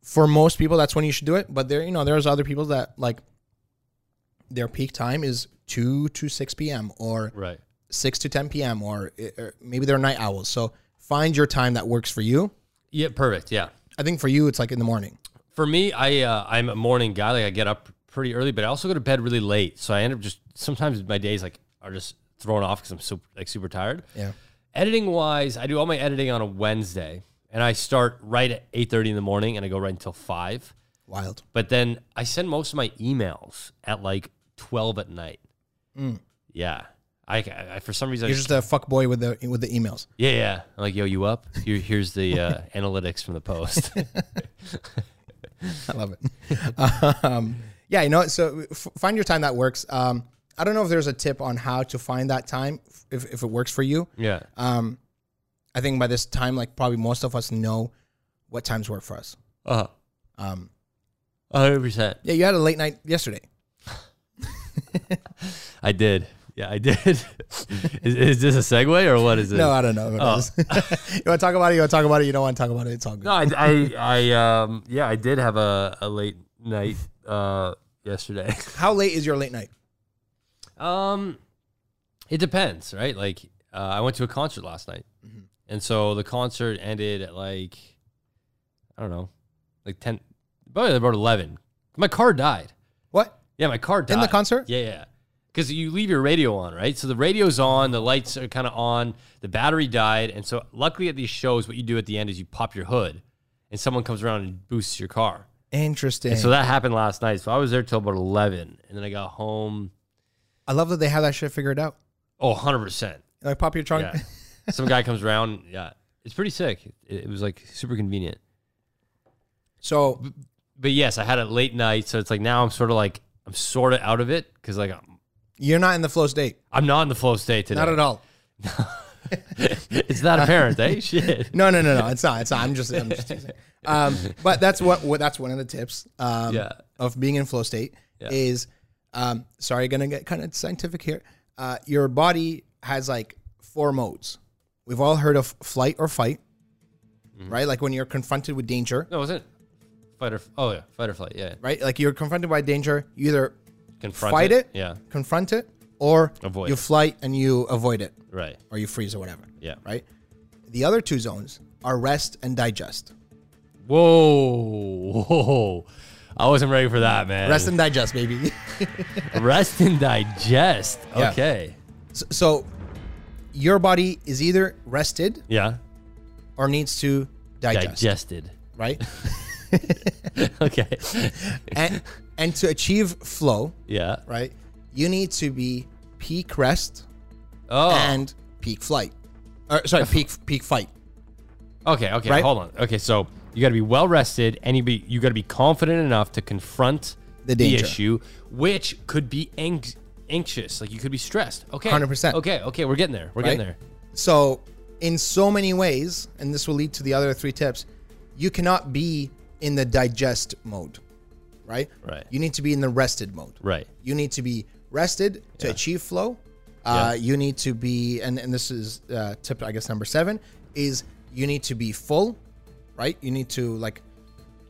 [SPEAKER 2] for most people, that's when you should do it. But there, you know, there's other people that like their peak time is two to six p.m. or
[SPEAKER 3] Right.
[SPEAKER 2] six to ten p.m. or, or maybe they're night owls. So find your time that works for you.
[SPEAKER 3] Yeah. Perfect. Yeah.
[SPEAKER 2] I think for you, it's like in the morning.
[SPEAKER 3] For me, I uh, I'm a morning guy. Like I get up pretty early, but I also go to bed really late. So I end up just sometimes my days like are just thrown off because I'm so like super tired.
[SPEAKER 2] Yeah.
[SPEAKER 3] Editing wise, I do all my editing on a Wednesday, and I start right at eight thirty in the morning, and I go right until five.
[SPEAKER 2] Wild.
[SPEAKER 3] But then I send most of my emails at like twelve at night. Yeah. I, I for some reason I
[SPEAKER 2] Mm. You're just a fuck boy with the with the emails.
[SPEAKER 3] Yeah, yeah. I'm like, yo, you up? Here, here's the
[SPEAKER 2] <laughs>
[SPEAKER 3] uh, analytics from the post.
[SPEAKER 2] I love
[SPEAKER 3] <laughs>
[SPEAKER 2] it. um, yeah, you know. So f- find your time that works. Um, I don't know if there's a tip on how to find that time if, if it works for you.
[SPEAKER 3] yeah,
[SPEAKER 2] Um, I think by this time, like probably most of us know what times work for us.
[SPEAKER 3] uh,
[SPEAKER 2] Um,
[SPEAKER 3] hundred percent.
[SPEAKER 2] yeah, you had a late night yesterday.
[SPEAKER 3] I did. Yeah, I did. <laughs> is, is this a segue or what is it?
[SPEAKER 2] No, I don't know. What it
[SPEAKER 3] Oh.
[SPEAKER 2] is. <laughs> you want to talk about it? You want to talk about it? You don't want to talk about it? It's all good.
[SPEAKER 3] No, I, I, I, um, yeah, I did have a, a late night uh, yesterday. <laughs>
[SPEAKER 2] How late is your late night?
[SPEAKER 3] Um, it depends, right? Like, uh, I went to a concert last night,
[SPEAKER 2] Mm-hmm.
[SPEAKER 3] and so the concert ended at like, I don't know, like ten, probably about eleven. My car died.
[SPEAKER 2] What?
[SPEAKER 3] Yeah, my car died
[SPEAKER 2] the concert?
[SPEAKER 3] Yeah, yeah. Because you leave your radio on, right? So the radio's on, the lights are kind of on, the battery died, and so luckily at these shows, what you do at the end is you pop your hood, and someone comes around and boosts your car.
[SPEAKER 2] Interesting.
[SPEAKER 3] And so that happened last night. So I was there till about eleven, and then I got home.
[SPEAKER 2] I love that they have that shit figured out.
[SPEAKER 3] Oh, 100 percent.
[SPEAKER 2] Like pop your trunk. <laughs>
[SPEAKER 3] Yeah. Some guy comes around. Yeah, it's pretty sick. It, it was like super convenient.
[SPEAKER 2] So
[SPEAKER 3] But yes, I had it late night, so it's like now I'm sort of like I'm sort of out of it because like I'm,
[SPEAKER 2] you're not in the flow state.
[SPEAKER 3] I'm not in the flow state today.
[SPEAKER 2] Not at all.
[SPEAKER 3] <laughs> it's that apparent,
[SPEAKER 2] <laughs>
[SPEAKER 3] eh? Shit.
[SPEAKER 2] No, no, no, no. It's not. It's not. I'm just. I'm
[SPEAKER 3] <laughs>
[SPEAKER 2] just teasing. Um, but that's what, what. That's one of the tips. Um,
[SPEAKER 3] Yeah.
[SPEAKER 2] Of being in flow state
[SPEAKER 3] Yeah.
[SPEAKER 2] is, um, sorry, gonna get kind of scientific here. Uh, your body has like four modes. We've all heard of flight or fight, right? Like when you're confronted with danger,
[SPEAKER 3] Mm-hmm. No, was it? Fight or oh yeah, fight or flight. Yeah,
[SPEAKER 2] right? Like you're confronted by danger, you either
[SPEAKER 3] confront
[SPEAKER 2] fight it,
[SPEAKER 3] Yeah,
[SPEAKER 2] confront it, or
[SPEAKER 3] Avoid
[SPEAKER 2] you
[SPEAKER 3] it.
[SPEAKER 2] flight and you avoid it,
[SPEAKER 3] right.
[SPEAKER 2] or you freeze or whatever.
[SPEAKER 3] Yeah.
[SPEAKER 2] Right. The other two zones are rest and digest.
[SPEAKER 3] Whoa, whoa! I wasn't ready for that, man.
[SPEAKER 2] Rest
[SPEAKER 3] <laughs>
[SPEAKER 2] and digest, baby. <laughs>
[SPEAKER 3] Rest and digest.
[SPEAKER 2] Yeah.
[SPEAKER 3] Okay.
[SPEAKER 2] So, so your body is either rested
[SPEAKER 3] Yeah.
[SPEAKER 2] or needs to digest,
[SPEAKER 3] Digested.
[SPEAKER 2] right?
[SPEAKER 3] <laughs> okay.
[SPEAKER 2] and and to achieve flow,
[SPEAKER 3] Yeah.
[SPEAKER 2] right, you need to be peak rest
[SPEAKER 3] Oh.
[SPEAKER 2] and peak flight. Or sorry, peak peak fight.
[SPEAKER 3] okay. Okay.
[SPEAKER 2] Right?
[SPEAKER 3] Hold on. Okay. So you got to be well rested, and you be you got to be confident enough to confront
[SPEAKER 2] The danger.
[SPEAKER 3] issue, which could be ang- anxious. Like you could be stressed. Okay.
[SPEAKER 2] 100%.
[SPEAKER 3] Okay. Okay. We're getting there. We're getting there.
[SPEAKER 2] Right? So, in so many ways, and this will lead to the other three tips, you cannot be in the digest mode, right?
[SPEAKER 3] Right.
[SPEAKER 2] You need to be in the rested mode.
[SPEAKER 3] Right.
[SPEAKER 2] You need to be rested to achieve flow.
[SPEAKER 3] Yeah.
[SPEAKER 2] Uh, You need to be, and, and this is uh, tip, I guess, number seven, is you need to be full, right? You need to, like,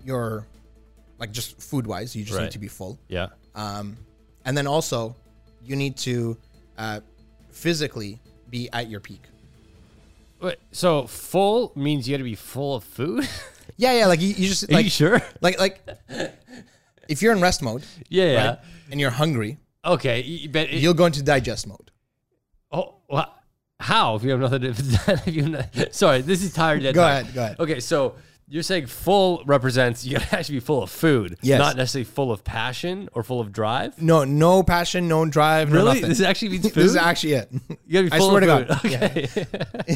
[SPEAKER 2] your, like, just food wise, you just
[SPEAKER 3] Right.
[SPEAKER 2] need to be full.
[SPEAKER 3] Yeah.
[SPEAKER 2] Um, and then also, you need to uh, physically be at your peak.
[SPEAKER 3] Wait, so full means you got to be full of food. <laughs>
[SPEAKER 2] Yeah, yeah. Like you, you just
[SPEAKER 3] Are
[SPEAKER 2] like
[SPEAKER 3] you
[SPEAKER 2] <laughs>
[SPEAKER 3] sure?
[SPEAKER 2] like like if you're in rest mode
[SPEAKER 3] Yeah. yeah.
[SPEAKER 2] and you're hungry,
[SPEAKER 3] Okay, y- but it,
[SPEAKER 2] you'll go into digest mode.
[SPEAKER 3] oh, wha- how if you have nothing? To, <laughs> if you have no- sorry, this is tired. Dead
[SPEAKER 2] Go
[SPEAKER 3] tired.
[SPEAKER 2] ahead, go ahead.
[SPEAKER 3] Okay, so you're saying full represents you gotta actually be full of food,
[SPEAKER 2] Yes.
[SPEAKER 3] not necessarily full of passion or full of drive.
[SPEAKER 2] No, no passion, no drive, no
[SPEAKER 3] Really,
[SPEAKER 2] nothing.
[SPEAKER 3] this actually means food.
[SPEAKER 2] <laughs> This is actually it.
[SPEAKER 3] you gotta be
[SPEAKER 2] I
[SPEAKER 3] full
[SPEAKER 2] swear to
[SPEAKER 3] of
[SPEAKER 2] God.
[SPEAKER 3] food. <laughs> Okay,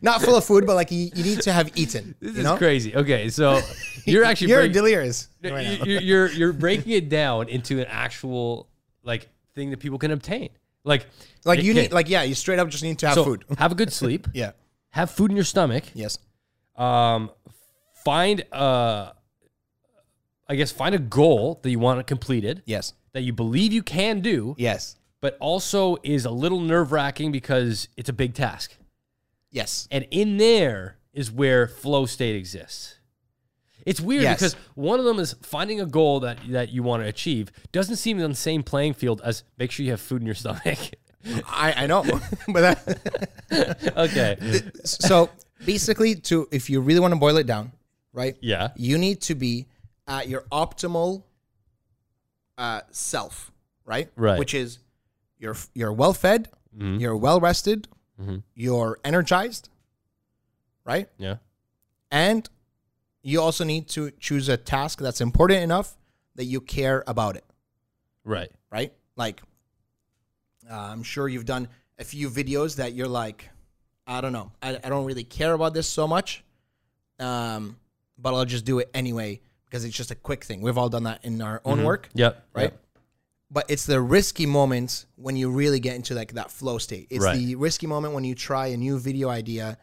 [SPEAKER 2] Not full of food, but like you, you need to have eaten.
[SPEAKER 3] <laughs> this
[SPEAKER 2] you know?
[SPEAKER 3] is crazy. Okay,
[SPEAKER 2] <laughs>
[SPEAKER 3] so you're actually
[SPEAKER 2] You're
[SPEAKER 3] breaking-
[SPEAKER 2] delirious.
[SPEAKER 3] No,
[SPEAKER 2] right
[SPEAKER 3] you-
[SPEAKER 2] now.
[SPEAKER 3] you're, you're
[SPEAKER 2] <laughs>
[SPEAKER 3] you're breaking it down into an actual like thing that people can obtain. Like
[SPEAKER 2] Like you
[SPEAKER 3] okay,
[SPEAKER 2] need, like yeah, you straight up just need to have
[SPEAKER 3] so
[SPEAKER 2] food. <laughs>
[SPEAKER 3] have a good sleep.
[SPEAKER 2] Yeah.
[SPEAKER 3] Have food in your stomach.
[SPEAKER 2] Yes.
[SPEAKER 3] um, find uh, I guess find a goal that you want completed
[SPEAKER 2] Yes.
[SPEAKER 3] that you believe you can do,
[SPEAKER 2] Yes.
[SPEAKER 3] but also is a little nerve wracking because it's a big task.
[SPEAKER 2] Yes.
[SPEAKER 3] And in there is where flow state exists. It's weird
[SPEAKER 2] Yes.
[SPEAKER 3] because one of them is finding a goal that, that you want to achieve doesn't seem on the same playing field as make sure you have food in your <laughs> stomach.
[SPEAKER 2] I, I know, <laughs> but that,
[SPEAKER 3] okay.
[SPEAKER 2] so basically to if you really want to boil it down right
[SPEAKER 3] Yeah.
[SPEAKER 2] you need to be at your optimal uh self right
[SPEAKER 3] Right.
[SPEAKER 2] which is you're you're well fed you're well rested you're energized right
[SPEAKER 3] Yeah.
[SPEAKER 2] and you also need to choose a task that's important enough that you care about it
[SPEAKER 3] Right.
[SPEAKER 2] right? Like, uh, I'm sure you've done a few videos that you're like, I don't know, I, I don't really care about this so much, um, but I'll just do it anyway because it's just a quick thing. We've all done that in our own work,
[SPEAKER 3] Yep.
[SPEAKER 2] right? But it's the risky moments when you really get into like that flow state. It's
[SPEAKER 3] Right.
[SPEAKER 2] the risky moment when you try a new video idea,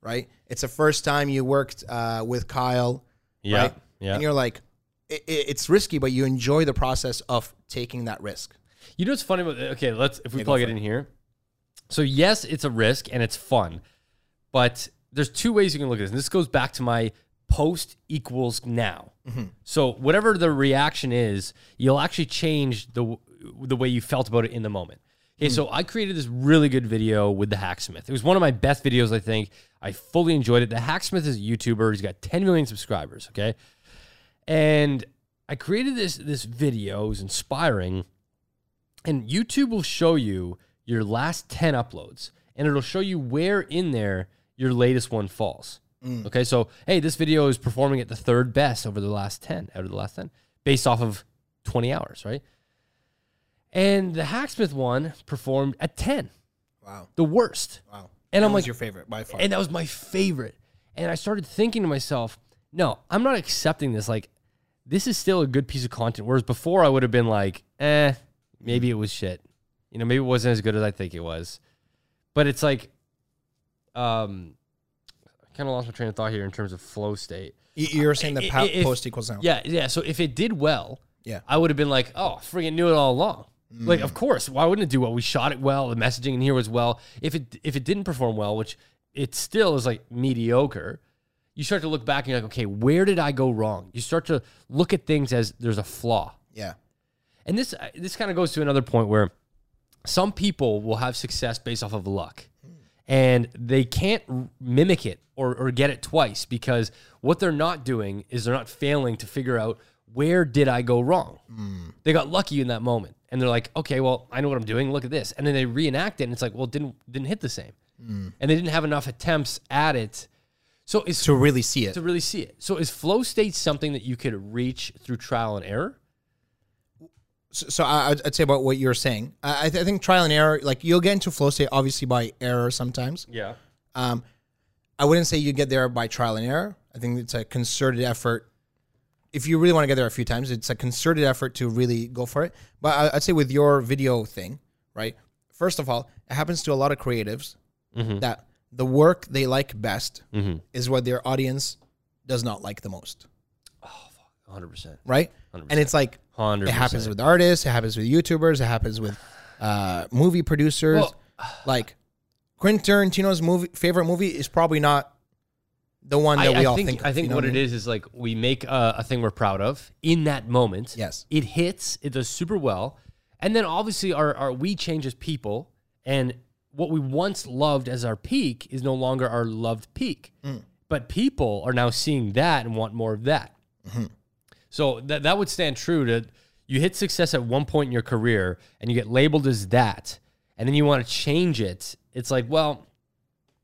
[SPEAKER 2] right? It's the first time you worked uh, with Kyle,
[SPEAKER 3] Yeah.
[SPEAKER 2] right?
[SPEAKER 3] Yeah.
[SPEAKER 2] And you're like, it, it, it's risky, but you enjoy the process of taking that risk.
[SPEAKER 3] You know what's funny about okay, let's if we
[SPEAKER 2] Yeah, go
[SPEAKER 3] plug
[SPEAKER 2] for
[SPEAKER 3] it in here. So yes, it's a risk and it's fun, but there's two ways you can look at this. And this goes back to my post equals now.
[SPEAKER 2] Mm-hmm.
[SPEAKER 3] So whatever the reaction is, you'll actually change the w- the way you felt about it in the moment.
[SPEAKER 2] Mm-hmm.
[SPEAKER 3] Okay, so I created this really good video with the Hacksmith. It was one of my best videos, I think. I fully enjoyed it. The Hacksmith is a YouTuber. He's got 10 million subscribers. Okay, and I created this this video. It was inspiring and YouTube will show you your last 10 uploads and it'll show you where in there your latest one falls.
[SPEAKER 2] Mm.
[SPEAKER 3] Okay, so hey, this video is performing at the third best over the last 10 out of the last 10 based off of 20 hours, right? And the Hacksmith one performed at 10,
[SPEAKER 2] Wow.
[SPEAKER 3] the worst.
[SPEAKER 2] Wow.
[SPEAKER 3] And
[SPEAKER 2] That
[SPEAKER 3] I'm
[SPEAKER 2] was
[SPEAKER 3] like-
[SPEAKER 2] your favorite by far.
[SPEAKER 3] And that was my favorite. And I started thinking to myself, no, I'm not accepting this. Like, this is still a good piece of content. Whereas before I would have been like, eh, maybe it was shit. You know, maybe it wasn't as good as I think it was. But it's like, um, I kind of lost my train of thought here in terms of flow state.
[SPEAKER 2] You, you were saying that
[SPEAKER 3] I- if-
[SPEAKER 2] post equals now.
[SPEAKER 3] Yeah, yeah. So if it did well,
[SPEAKER 2] Yeah.
[SPEAKER 3] I would have been like, oh, freaking knew it all along. Like, of course, why wouldn't it do well? We shot it well. The messaging in here was well. If it if it didn't perform well, which it still is like mediocre, you start to look back and you're like, okay, where did I go wrong? You start to look at things as there's a flaw.
[SPEAKER 2] Yeah.
[SPEAKER 3] And this uh, this kind of goes to another point where some people will have success based off of luck. And they can't r- mimic it or, or get it twice because what they're not doing is they're not failing to figure out where did I go wrong. They got lucky in that moment, and they're like, okay, well, I know what I'm doing. Look at this, and then they reenact it, and it's like, well, it didn't didn't hit the same, and they didn't have enough attempts at it. So it's
[SPEAKER 2] To really see it.
[SPEAKER 3] to really see it. So is flow state something that you could reach through trial and error?
[SPEAKER 2] so so I, I'd I'd say about what you're saying. I, I, th- I think trial and error, like you'll get into flow state obviously by error sometimes.
[SPEAKER 3] Yeah.
[SPEAKER 2] Um, I wouldn't say you get there by trial and error. I think it's a concerted effort. If you really want to get there a few times, it's a concerted effort to really go for it. But I, I'd say with your video thing, right? First of all, it happens to a lot of creatives
[SPEAKER 3] Mm-hmm.
[SPEAKER 2] that the work they like best is what their audience does not like the most,
[SPEAKER 3] 100. percent
[SPEAKER 2] right? And it's like
[SPEAKER 3] Hundred.
[SPEAKER 2] it happens with artists, it happens with YouTubers, it happens with uh, movie producers.
[SPEAKER 3] Well-
[SPEAKER 2] <sighs> like Quentin Tarantino's movie favorite movie is probably not the one that
[SPEAKER 3] I,
[SPEAKER 2] we
[SPEAKER 3] I
[SPEAKER 2] all
[SPEAKER 3] think,
[SPEAKER 2] think.
[SPEAKER 3] I think what it is is like we make a, a thing we're proud of in that moment.
[SPEAKER 2] Yes.
[SPEAKER 3] it hits. It does super well, and then obviously our, our we change as people, and what we once loved as our peak is no longer our loved peak.
[SPEAKER 2] Mm.
[SPEAKER 3] But people are now seeing that and want more of that.
[SPEAKER 2] Mm-hmm.
[SPEAKER 3] So that that would stand true to you hit success at one point in your career and you get labeled as that, and then you want to change it. It's like well,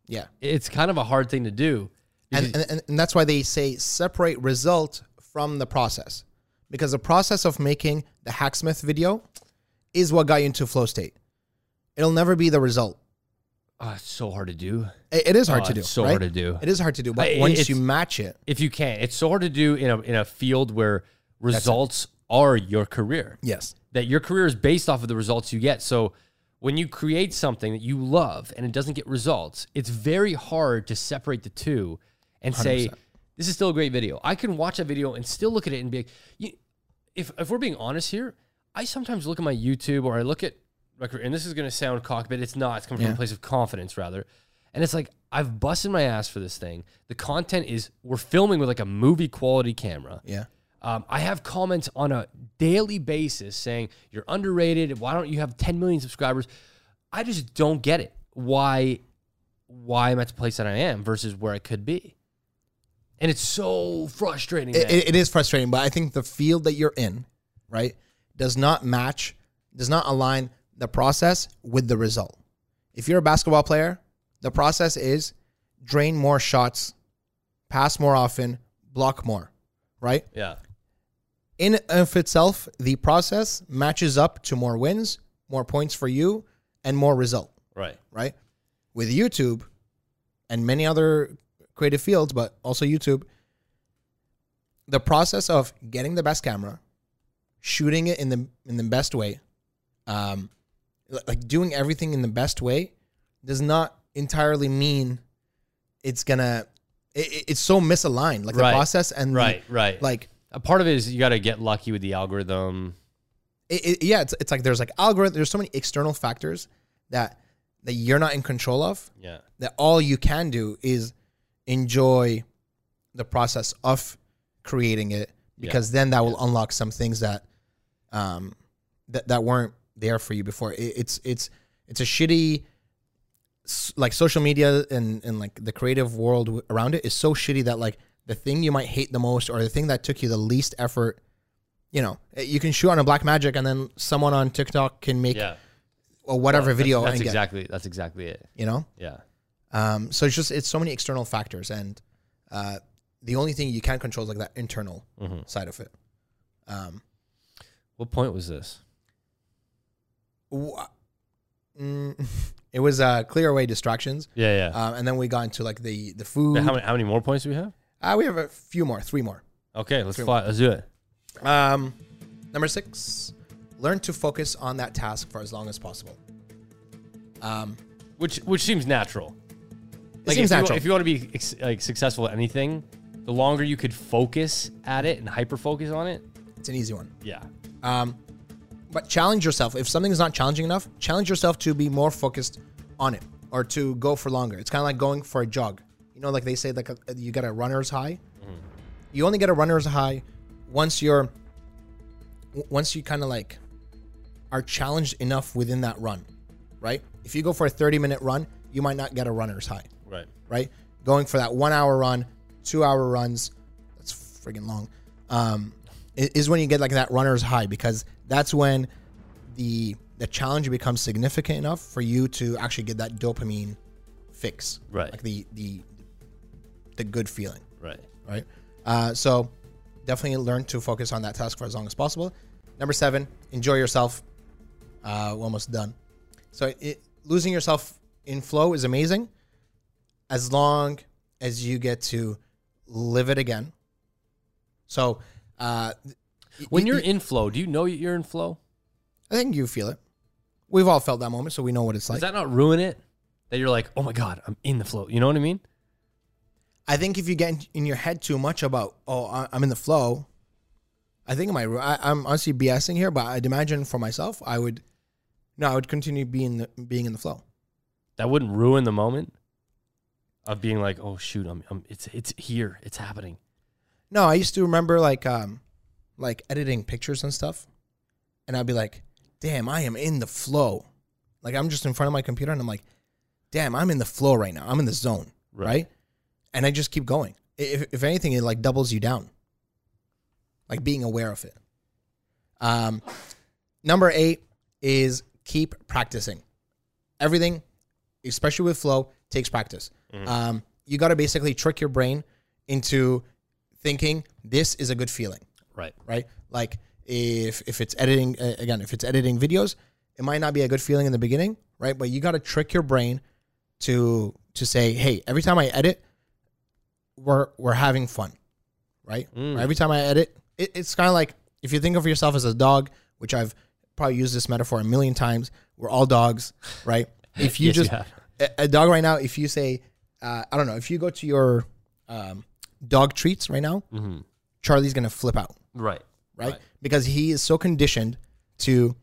[SPEAKER 2] Yeah,
[SPEAKER 3] it's kind of a hard thing to do.
[SPEAKER 2] and, and and that's why they say separate result from the process, because the process of making the Hacksmith video is what got you into flow state. It'll never be the result.
[SPEAKER 3] Oh, it's so hard to do.
[SPEAKER 2] It, it is hard
[SPEAKER 3] Oh,
[SPEAKER 2] to do.
[SPEAKER 3] it's so
[SPEAKER 2] right?
[SPEAKER 3] hard to do.
[SPEAKER 2] It is hard to do. But
[SPEAKER 3] I-
[SPEAKER 2] once
[SPEAKER 3] it's-
[SPEAKER 2] you match it,
[SPEAKER 3] If you can, it's so hard to do in a in a field where results are your career.
[SPEAKER 2] yes,
[SPEAKER 3] That your career is based off of the results you get. So when you create something that you love and it doesn't get results, it's very hard to separate the two and say this is still a great video. I can watch a video and still look at it and be like, you, if if we're being honest here, I sometimes look at my YouTube or I look at my career, and this is going to sound cocky, but it's not. It's coming from a place of confidence rather, and it's like I've busted my ass for this thing. The content is we're filming with like a movie quality camera.
[SPEAKER 2] yeah,
[SPEAKER 3] Um, I have comments on a daily basis saying you're underrated. Why don't you have 10 million subscribers? I just don't get it. Why, why I'm at the place that I am versus where I could be, and it's so frustrating.
[SPEAKER 2] it,
[SPEAKER 3] man.
[SPEAKER 2] it- it is frustrating, but I think the field that you're in, right, does not match, does not align the process with the result. If you're a basketball player, the process is drain more shots, pass more often, block more, right?
[SPEAKER 3] yeah,
[SPEAKER 2] In of itself, the process matches up to more wins, more points for you, and more result
[SPEAKER 3] right.
[SPEAKER 2] right? With YouTube and many other creative fields, but also YouTube, the process of getting the best camera, shooting it in the in the best way, um, li- like doing everything in the best way, does not entirely mean it's gonna. It, it- it's so misaligned, like
[SPEAKER 3] Right.
[SPEAKER 2] the process and the-
[SPEAKER 3] Right, right.
[SPEAKER 2] like
[SPEAKER 3] A part of it is you got to get lucky with the algorithm.
[SPEAKER 2] it, it- yeah, it's, it's like there's like algorithm. There's so many external factors that that you're not in control of.
[SPEAKER 3] Yeah,
[SPEAKER 2] that all you can do is enjoy the process of creating it because then that will unlock some things that um that that weren't there for you before it, it's it's it's a shitty s- like social media and and like the creative world w- around it is so shitty that like the thing you might hate the most or the thing that took you the least effort you know eh, you can shoot on a black magic and then someone on tiktok can make
[SPEAKER 3] yeah.
[SPEAKER 2] a whatever video
[SPEAKER 3] That's
[SPEAKER 2] and get
[SPEAKER 3] exactly. That's exactly it.
[SPEAKER 2] you know
[SPEAKER 3] Yeah.
[SPEAKER 2] um, so it's just it's so many external factors, and uh, the only thing you can control is like that internal
[SPEAKER 3] Mm-hmm.
[SPEAKER 2] side of it. Um,
[SPEAKER 3] What point was this?
[SPEAKER 2] wh- uh, mm, <laughs> it was uh, clear away distractions,
[SPEAKER 3] Yeah, yeah.
[SPEAKER 2] um, and then we got into like the the food.
[SPEAKER 3] how many? How many more points do we have?
[SPEAKER 2] uh, we have a few more, three more.
[SPEAKER 3] Okay, let's fly. Let's do it.
[SPEAKER 2] Um, number six, learn to focus on that task for as long as possible. Um,
[SPEAKER 3] Which which seems natural. Like
[SPEAKER 2] seems
[SPEAKER 3] if,
[SPEAKER 2] natural.
[SPEAKER 3] You, if you want to be ex- like successful at anything, the longer you could focus at it and hyper focus on it,
[SPEAKER 2] It's an easy one.
[SPEAKER 3] yeah,
[SPEAKER 2] But challenge yourself. If something's not challenging enough, challenge yourself to be more focused on it or to go for longer. It's kind of like going for a jog. You know, like they say, like a, you get a runner's high. You only get a runner's high once you're, w- once you kind of like are challenged enough within that run, right? If you go for a 30 minute run, you might not get a runner's high
[SPEAKER 3] right.
[SPEAKER 2] right? Going for that one hour run, two hour runs, that's friggin' long, um, i- is when you get like that runner's high because that's when the the challenge becomes significant enough for you to actually get that dopamine fix,
[SPEAKER 3] Right.
[SPEAKER 2] Like the the the good feeling,
[SPEAKER 3] Right.
[SPEAKER 2] right? Uh, so definitely learn to focus on that task for as long as possible. Number seven, enjoy yourself. Uh, we're almost done. So it, losing yourself in flow is amazing, as long as you get to live it again. So uh,
[SPEAKER 3] When
[SPEAKER 2] y-
[SPEAKER 3] you're
[SPEAKER 2] y-
[SPEAKER 3] in flow, do you know you're in flow?
[SPEAKER 2] I think you feel it. We've all felt that moment, so we know what it's like.
[SPEAKER 3] Does that not ruin it? That you're like, oh my god, I'm in the flow. You know what I mean?
[SPEAKER 2] I think if you get in, in your head too much about oh I, I'm in the flow, I think it might. ru- I, I'm honestly BSing here, but I'd imagine for myself, I would no, I would continue being the, being in the flow.
[SPEAKER 3] That wouldn't ruin the moment of being like, oh shoot, I'm, I'm it's it's here, it's happening.
[SPEAKER 2] No, I used to remember like um like editing pictures and stuff, and I'd be like, damn, I am in the flow. Like I'm just in front of my computer and I'm like, damn, I'm in the flow right now. I'm in the zone,
[SPEAKER 3] Right.
[SPEAKER 2] right? And I just keep going. I- If if anything, it like doubles you down. Like being aware of it. Um, number eight is keep practicing. Everything, especially with flow, takes practice. Um, you got to basically trick your brain into thinking this is a good feeling,
[SPEAKER 3] Right.
[SPEAKER 2] right? Like if if it's editing uh, again, if it's editing videos, it might not be a good feeling in the beginning, right? But you got to trick your brain to to say, hey, every time I edit, we're we're having fun, right? Or every time I edit, it, it's kind of like if you think of yourself as a dog, which I've probably used this metaphor a million times. We're all dogs, right? If
[SPEAKER 3] <laughs>
[SPEAKER 2] you
[SPEAKER 3] Yes, you
[SPEAKER 2] just
[SPEAKER 3] have.
[SPEAKER 2] a, a dog right now, if you say, uh, I don't know, if you go to your um, dog treats right now, Charlie's gonna flip out
[SPEAKER 3] Right.
[SPEAKER 2] right? Because he is so conditioned to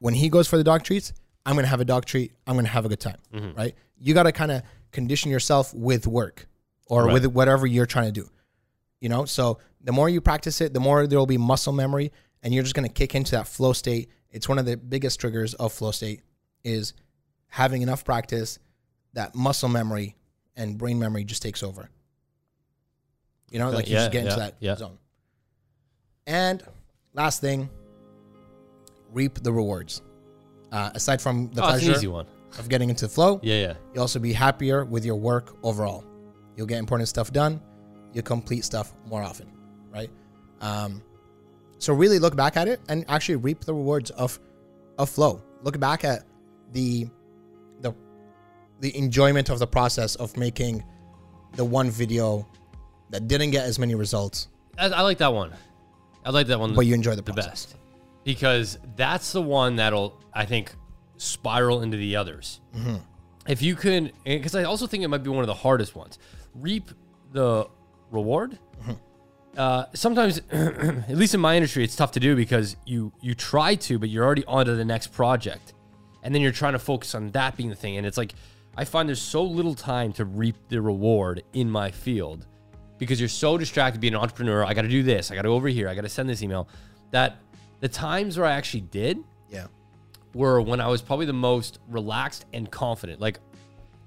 [SPEAKER 2] when he goes for the dog treats, I'm gonna have a dog treat, I'm gonna have a good time,
[SPEAKER 3] Mm-hmm.
[SPEAKER 2] right? You gotta kind of condition yourself with work or
[SPEAKER 3] Right.
[SPEAKER 2] with whatever you're trying to do, you know. So the more you practice it, the more there will be muscle memory, and you're just gonna kick into that flow state. It's one of the biggest triggers of flow state is having enough practice that muscle memory and brain memory just takes over. You know, like you
[SPEAKER 3] yeah,
[SPEAKER 2] just get into
[SPEAKER 3] yeah,
[SPEAKER 2] that
[SPEAKER 3] yeah.
[SPEAKER 2] zone. And last thing, reap the rewards. Uh, aside from the
[SPEAKER 3] oh, it's an easy
[SPEAKER 2] pleasure
[SPEAKER 3] one.
[SPEAKER 2] of getting into the flow,
[SPEAKER 3] Yeah, yeah.
[SPEAKER 2] you'll also be happier with your work overall. You'll get important stuff done. You'll complete stuff more often, right? Um, so really look back at it and actually reap the rewards of of flow. Look back at the the the enjoyment of the process of making the one video that didn't get as many results,
[SPEAKER 3] I, I like that one. I like that one.
[SPEAKER 2] but you enjoy the
[SPEAKER 3] the
[SPEAKER 2] process.
[SPEAKER 3] best because that's the one that'll I think spiral into the others. If you can, because I also think it might be one of the hardest ones. Reap the reward. Uh, sometimes, <clears throat> at least in my industry, it's tough to do because you you try to, but you're already onto the next project, and then you're trying to focus on that being the thing. And it's like I find there's so little time to reap the reward in my field because you're so distracted being an entrepreneur. I got to do this. I got to go over here. I got to send this email. That the times where I actually did
[SPEAKER 2] Yeah.
[SPEAKER 3] were when I was probably the most relaxed and confident. Like,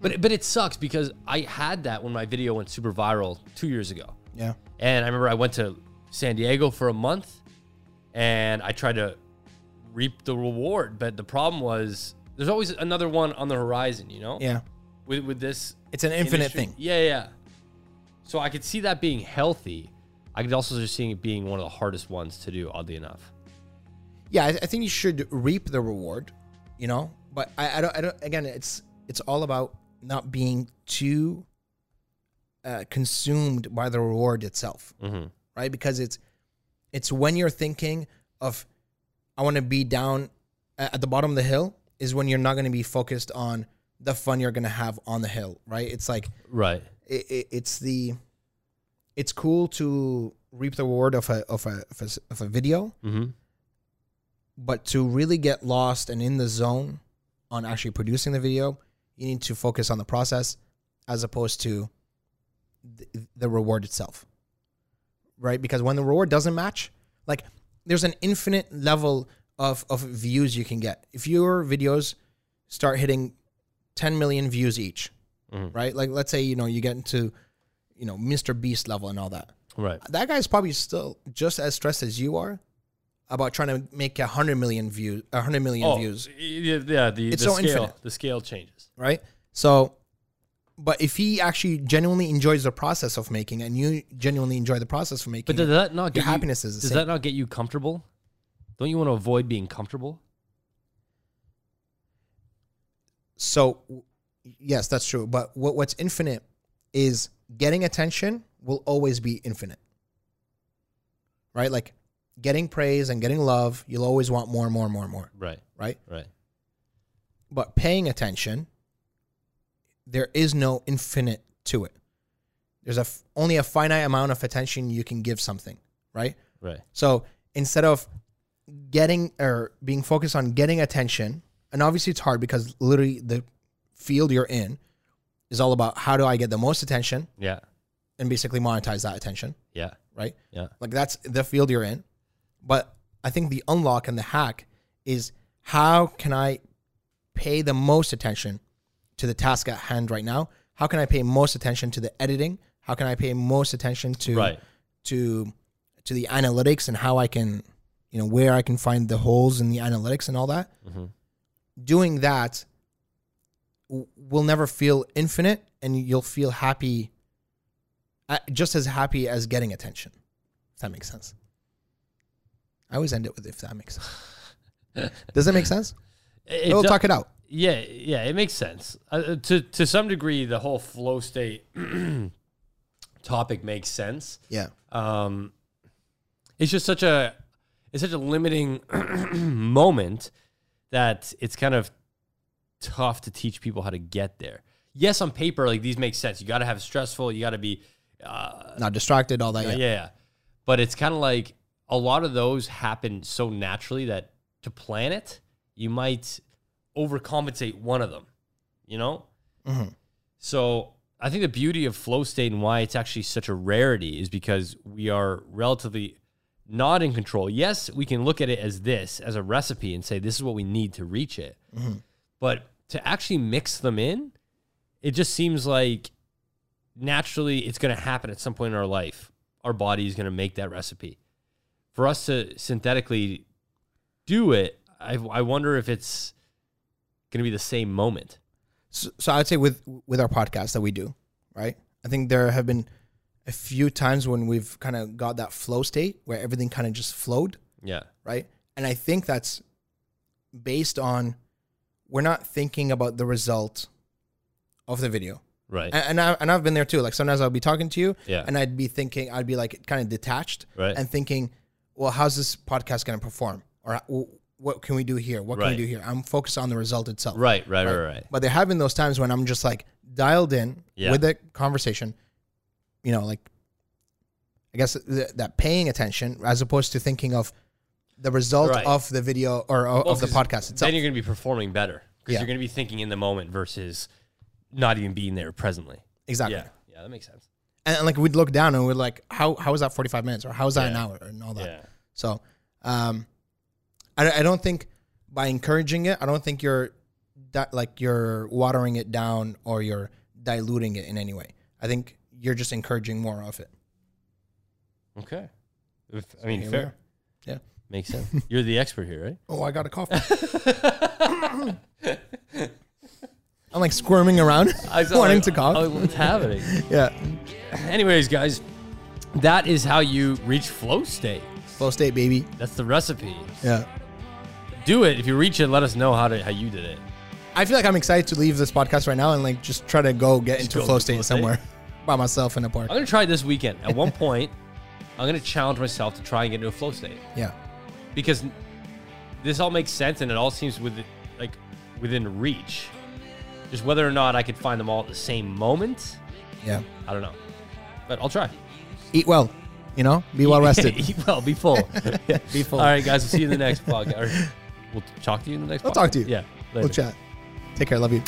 [SPEAKER 3] but but it sucks because I had that when my video went super viral two years ago.
[SPEAKER 2] Yeah.
[SPEAKER 3] And I remember I went to San Diego for a month and I tried to reap the reward. But the problem was there's always another one on the horizon, you know?
[SPEAKER 2] Yeah.
[SPEAKER 3] With, with this
[SPEAKER 2] It's an infinite
[SPEAKER 3] industry-
[SPEAKER 2] thing.
[SPEAKER 3] Yeah, yeah. So I could see that being healthy. I could also just see it being one of the hardest ones to do, oddly enough.
[SPEAKER 2] Yeah, I, I think you should reap the reward, you know. But I, I don't. I don't. Again, it's it's all about not being too uh, consumed by the reward itself, right? Because it's it's when you're thinking of I want to be down a- at the bottom of the hill is when you're not going to be focused on the fun you're gonna have on the hill, right? It's like
[SPEAKER 3] Right.
[SPEAKER 2] it, it, it's the it's cool to reap the reward of a of a of a, s- of a video,
[SPEAKER 3] Mm-hmm.
[SPEAKER 2] but to really get lost and in the zone on actually producing the video, you need to focus on the process as opposed to the, the reward itself. Right? Because when the reward doesn't match, like there's an infinite level of, of views you can get. If your videos start hitting 10 million views each, right? Like let's say, you know, you get into, you know, Mr. Beast level and all that
[SPEAKER 3] Right.
[SPEAKER 2] that guy's probably still just as stressed as you are about trying to make a hundred million view, a hundred million views,
[SPEAKER 3] Oh, y- y- Yeah. The,
[SPEAKER 2] It's
[SPEAKER 3] the
[SPEAKER 2] so
[SPEAKER 3] scale.
[SPEAKER 2] infinite.
[SPEAKER 3] The scale changes.
[SPEAKER 2] right? So, but if he actually genuinely enjoys the process of making, and you genuinely enjoy the process of making,
[SPEAKER 3] But does that not
[SPEAKER 2] your
[SPEAKER 3] get you-
[SPEAKER 2] happiness is the
[SPEAKER 3] does
[SPEAKER 2] same.
[SPEAKER 3] that not get you comfortable? Don't you want to avoid being comfortable?
[SPEAKER 2] so w- yes, that's true. But what, what's infinite is getting attention will always be infinite, right? Like getting praise and getting love, you'll always want more, more, more, more,
[SPEAKER 3] Right.
[SPEAKER 2] right?
[SPEAKER 3] Right.
[SPEAKER 2] but paying attention, there is no infinite to it. There's a f- only a finite amount of attention you can give something, right?
[SPEAKER 3] Right.
[SPEAKER 2] So instead of getting or being focused on getting attention, and obviously it's hard because literally the field you're in is all about how do I get the most attention
[SPEAKER 3] Yeah.
[SPEAKER 2] and basically monetize that attention,
[SPEAKER 3] Yeah.
[SPEAKER 2] right?
[SPEAKER 3] Yeah.
[SPEAKER 2] Like that's the field you're in. But I think the unlock and the hack is how can I pay the most attention to the task at hand right now? How can I pay most attention to the editing? How can I pay most attention to
[SPEAKER 3] Right.
[SPEAKER 2] to to the analytics and how I can you know where I can find the holes in the analytics and all that?
[SPEAKER 3] Mm-hmm.
[SPEAKER 2] Doing that w- will never feel infinite, and you'll feel happy, uh, just as happy as getting attention. If that makes sense. I always end it with if that makes sense.
[SPEAKER 3] <laughs>
[SPEAKER 2] Does that make sense?
[SPEAKER 3] It- it
[SPEAKER 2] We'll
[SPEAKER 3] do-
[SPEAKER 2] talk it out.
[SPEAKER 3] Yeah, yeah, it makes sense. Uh, to to some degree, the whole flow state <clears throat> topic makes sense.
[SPEAKER 2] Yeah.
[SPEAKER 3] Um, it's just such a it's such a limiting <clears throat> moment that it's kind of tough to teach people how to get there. Yes, on paper, like these make sense. You got to have stressful. You got to be Uh,
[SPEAKER 2] Not distracted, all that.
[SPEAKER 3] yeah.
[SPEAKER 2] yeah.
[SPEAKER 3] yeah. But it's kind of like a lot of those happen so naturally that to plan it, you might overcompensate one of them, you know? So I think the beauty of flow state and why it's actually such a rarity is because we are relatively not in control. Yes, we can look at it as this, as a recipe, and say, this is what we need to reach it. But to actually mix them in, it just seems like naturally it's going to happen at some point in our life. Our body is going to make that recipe. For us to synthetically do it, I, I wonder if it's going to be the same moment.
[SPEAKER 2] so, so I'd say with with our podcast that we do, right? I think there have been a few times when we've kind of got that flow state where everything kind of just flowed,
[SPEAKER 3] Yeah.
[SPEAKER 2] right? And I think that's based on we're not thinking about the result of the video.
[SPEAKER 3] Right.
[SPEAKER 2] And, and I and I've been there too. Like sometimes I'll be talking to you
[SPEAKER 3] Yeah.
[SPEAKER 2] and I'd be thinking I'd be like kind of detached
[SPEAKER 3] Right.
[SPEAKER 2] and thinking, well, how's this podcast going to perform? Or "Well, what can we do here? What can
[SPEAKER 3] Right.
[SPEAKER 2] we do here? I'm focused on the result itself.
[SPEAKER 3] right. Right. Right. Right.
[SPEAKER 2] But there have been those times when I'm just like dialed in
[SPEAKER 3] Yeah.
[SPEAKER 2] with the conversation, you know, like I guess th- that paying attention as opposed to thinking of the result
[SPEAKER 3] Right.
[SPEAKER 2] of the video or o- of the
[SPEAKER 3] 'cause
[SPEAKER 2] podcast itself.
[SPEAKER 3] Then you're going to be performing better because
[SPEAKER 2] Yeah.
[SPEAKER 3] you're going to be thinking in the moment versus not even being there presently.
[SPEAKER 2] Exactly.
[SPEAKER 3] Yeah. Yeah. That makes sense.
[SPEAKER 2] And, and, like we'd look down and we're like, how how is that 45 minutes or how is that an
[SPEAKER 3] Yeah.
[SPEAKER 2] hour and all that.
[SPEAKER 3] Yeah.
[SPEAKER 2] So, um, I, I don't think by encouraging it, I don't think you're that like you're watering it down or you're diluting it in any way. I think you're just encouraging more of it.
[SPEAKER 3] Okay. If, I mean,
[SPEAKER 2] Here we
[SPEAKER 3] fair.
[SPEAKER 2] are. Yeah.
[SPEAKER 3] Makes sense.
[SPEAKER 2] <laughs>
[SPEAKER 3] You're the expert here, right?
[SPEAKER 2] Oh, I got
[SPEAKER 3] <laughs>
[SPEAKER 2] a cough. I'm like squirming around, <laughs> wanting to cough.
[SPEAKER 3] Oh, what's
[SPEAKER 2] <laughs>
[SPEAKER 3] happening?
[SPEAKER 2] yeah,
[SPEAKER 3] Anyways, guys, that is how you reach flow state.
[SPEAKER 2] flow state, baby.
[SPEAKER 3] That's the recipe.
[SPEAKER 2] Yeah,
[SPEAKER 3] Do it. If you reach it, let us know how to how you did it.
[SPEAKER 2] I feel like I'm excited to leave this podcast right now and like just try to go get into
[SPEAKER 3] go
[SPEAKER 2] flow
[SPEAKER 3] to
[SPEAKER 2] state
[SPEAKER 3] flow state.
[SPEAKER 2] somewhere by myself in a park.
[SPEAKER 3] I'm gonna try this weekend. At
[SPEAKER 2] <laughs>
[SPEAKER 3] one point, I'm gonna challenge myself to try and get into a flow state
[SPEAKER 2] Yeah,
[SPEAKER 3] because this all makes sense and it all seems with like within reach. Just whether or not I could find them all at the same moment,
[SPEAKER 2] Yeah.
[SPEAKER 3] I don't know. But I'll try.
[SPEAKER 2] Eat well. You know, be
[SPEAKER 3] <laughs>
[SPEAKER 2] well rested.
[SPEAKER 3] Eat well, be
[SPEAKER 2] <laughs>
[SPEAKER 3] full.
[SPEAKER 2] be full.
[SPEAKER 3] All right, guys. We'll see you in
[SPEAKER 2] <laughs>
[SPEAKER 3] the next vlog. Or We'll talk to you in the next.
[SPEAKER 2] I'll
[SPEAKER 3] podcast.
[SPEAKER 2] talk to you.
[SPEAKER 3] Yeah.
[SPEAKER 2] We'll
[SPEAKER 3] later.
[SPEAKER 2] chat. Take care. Love you.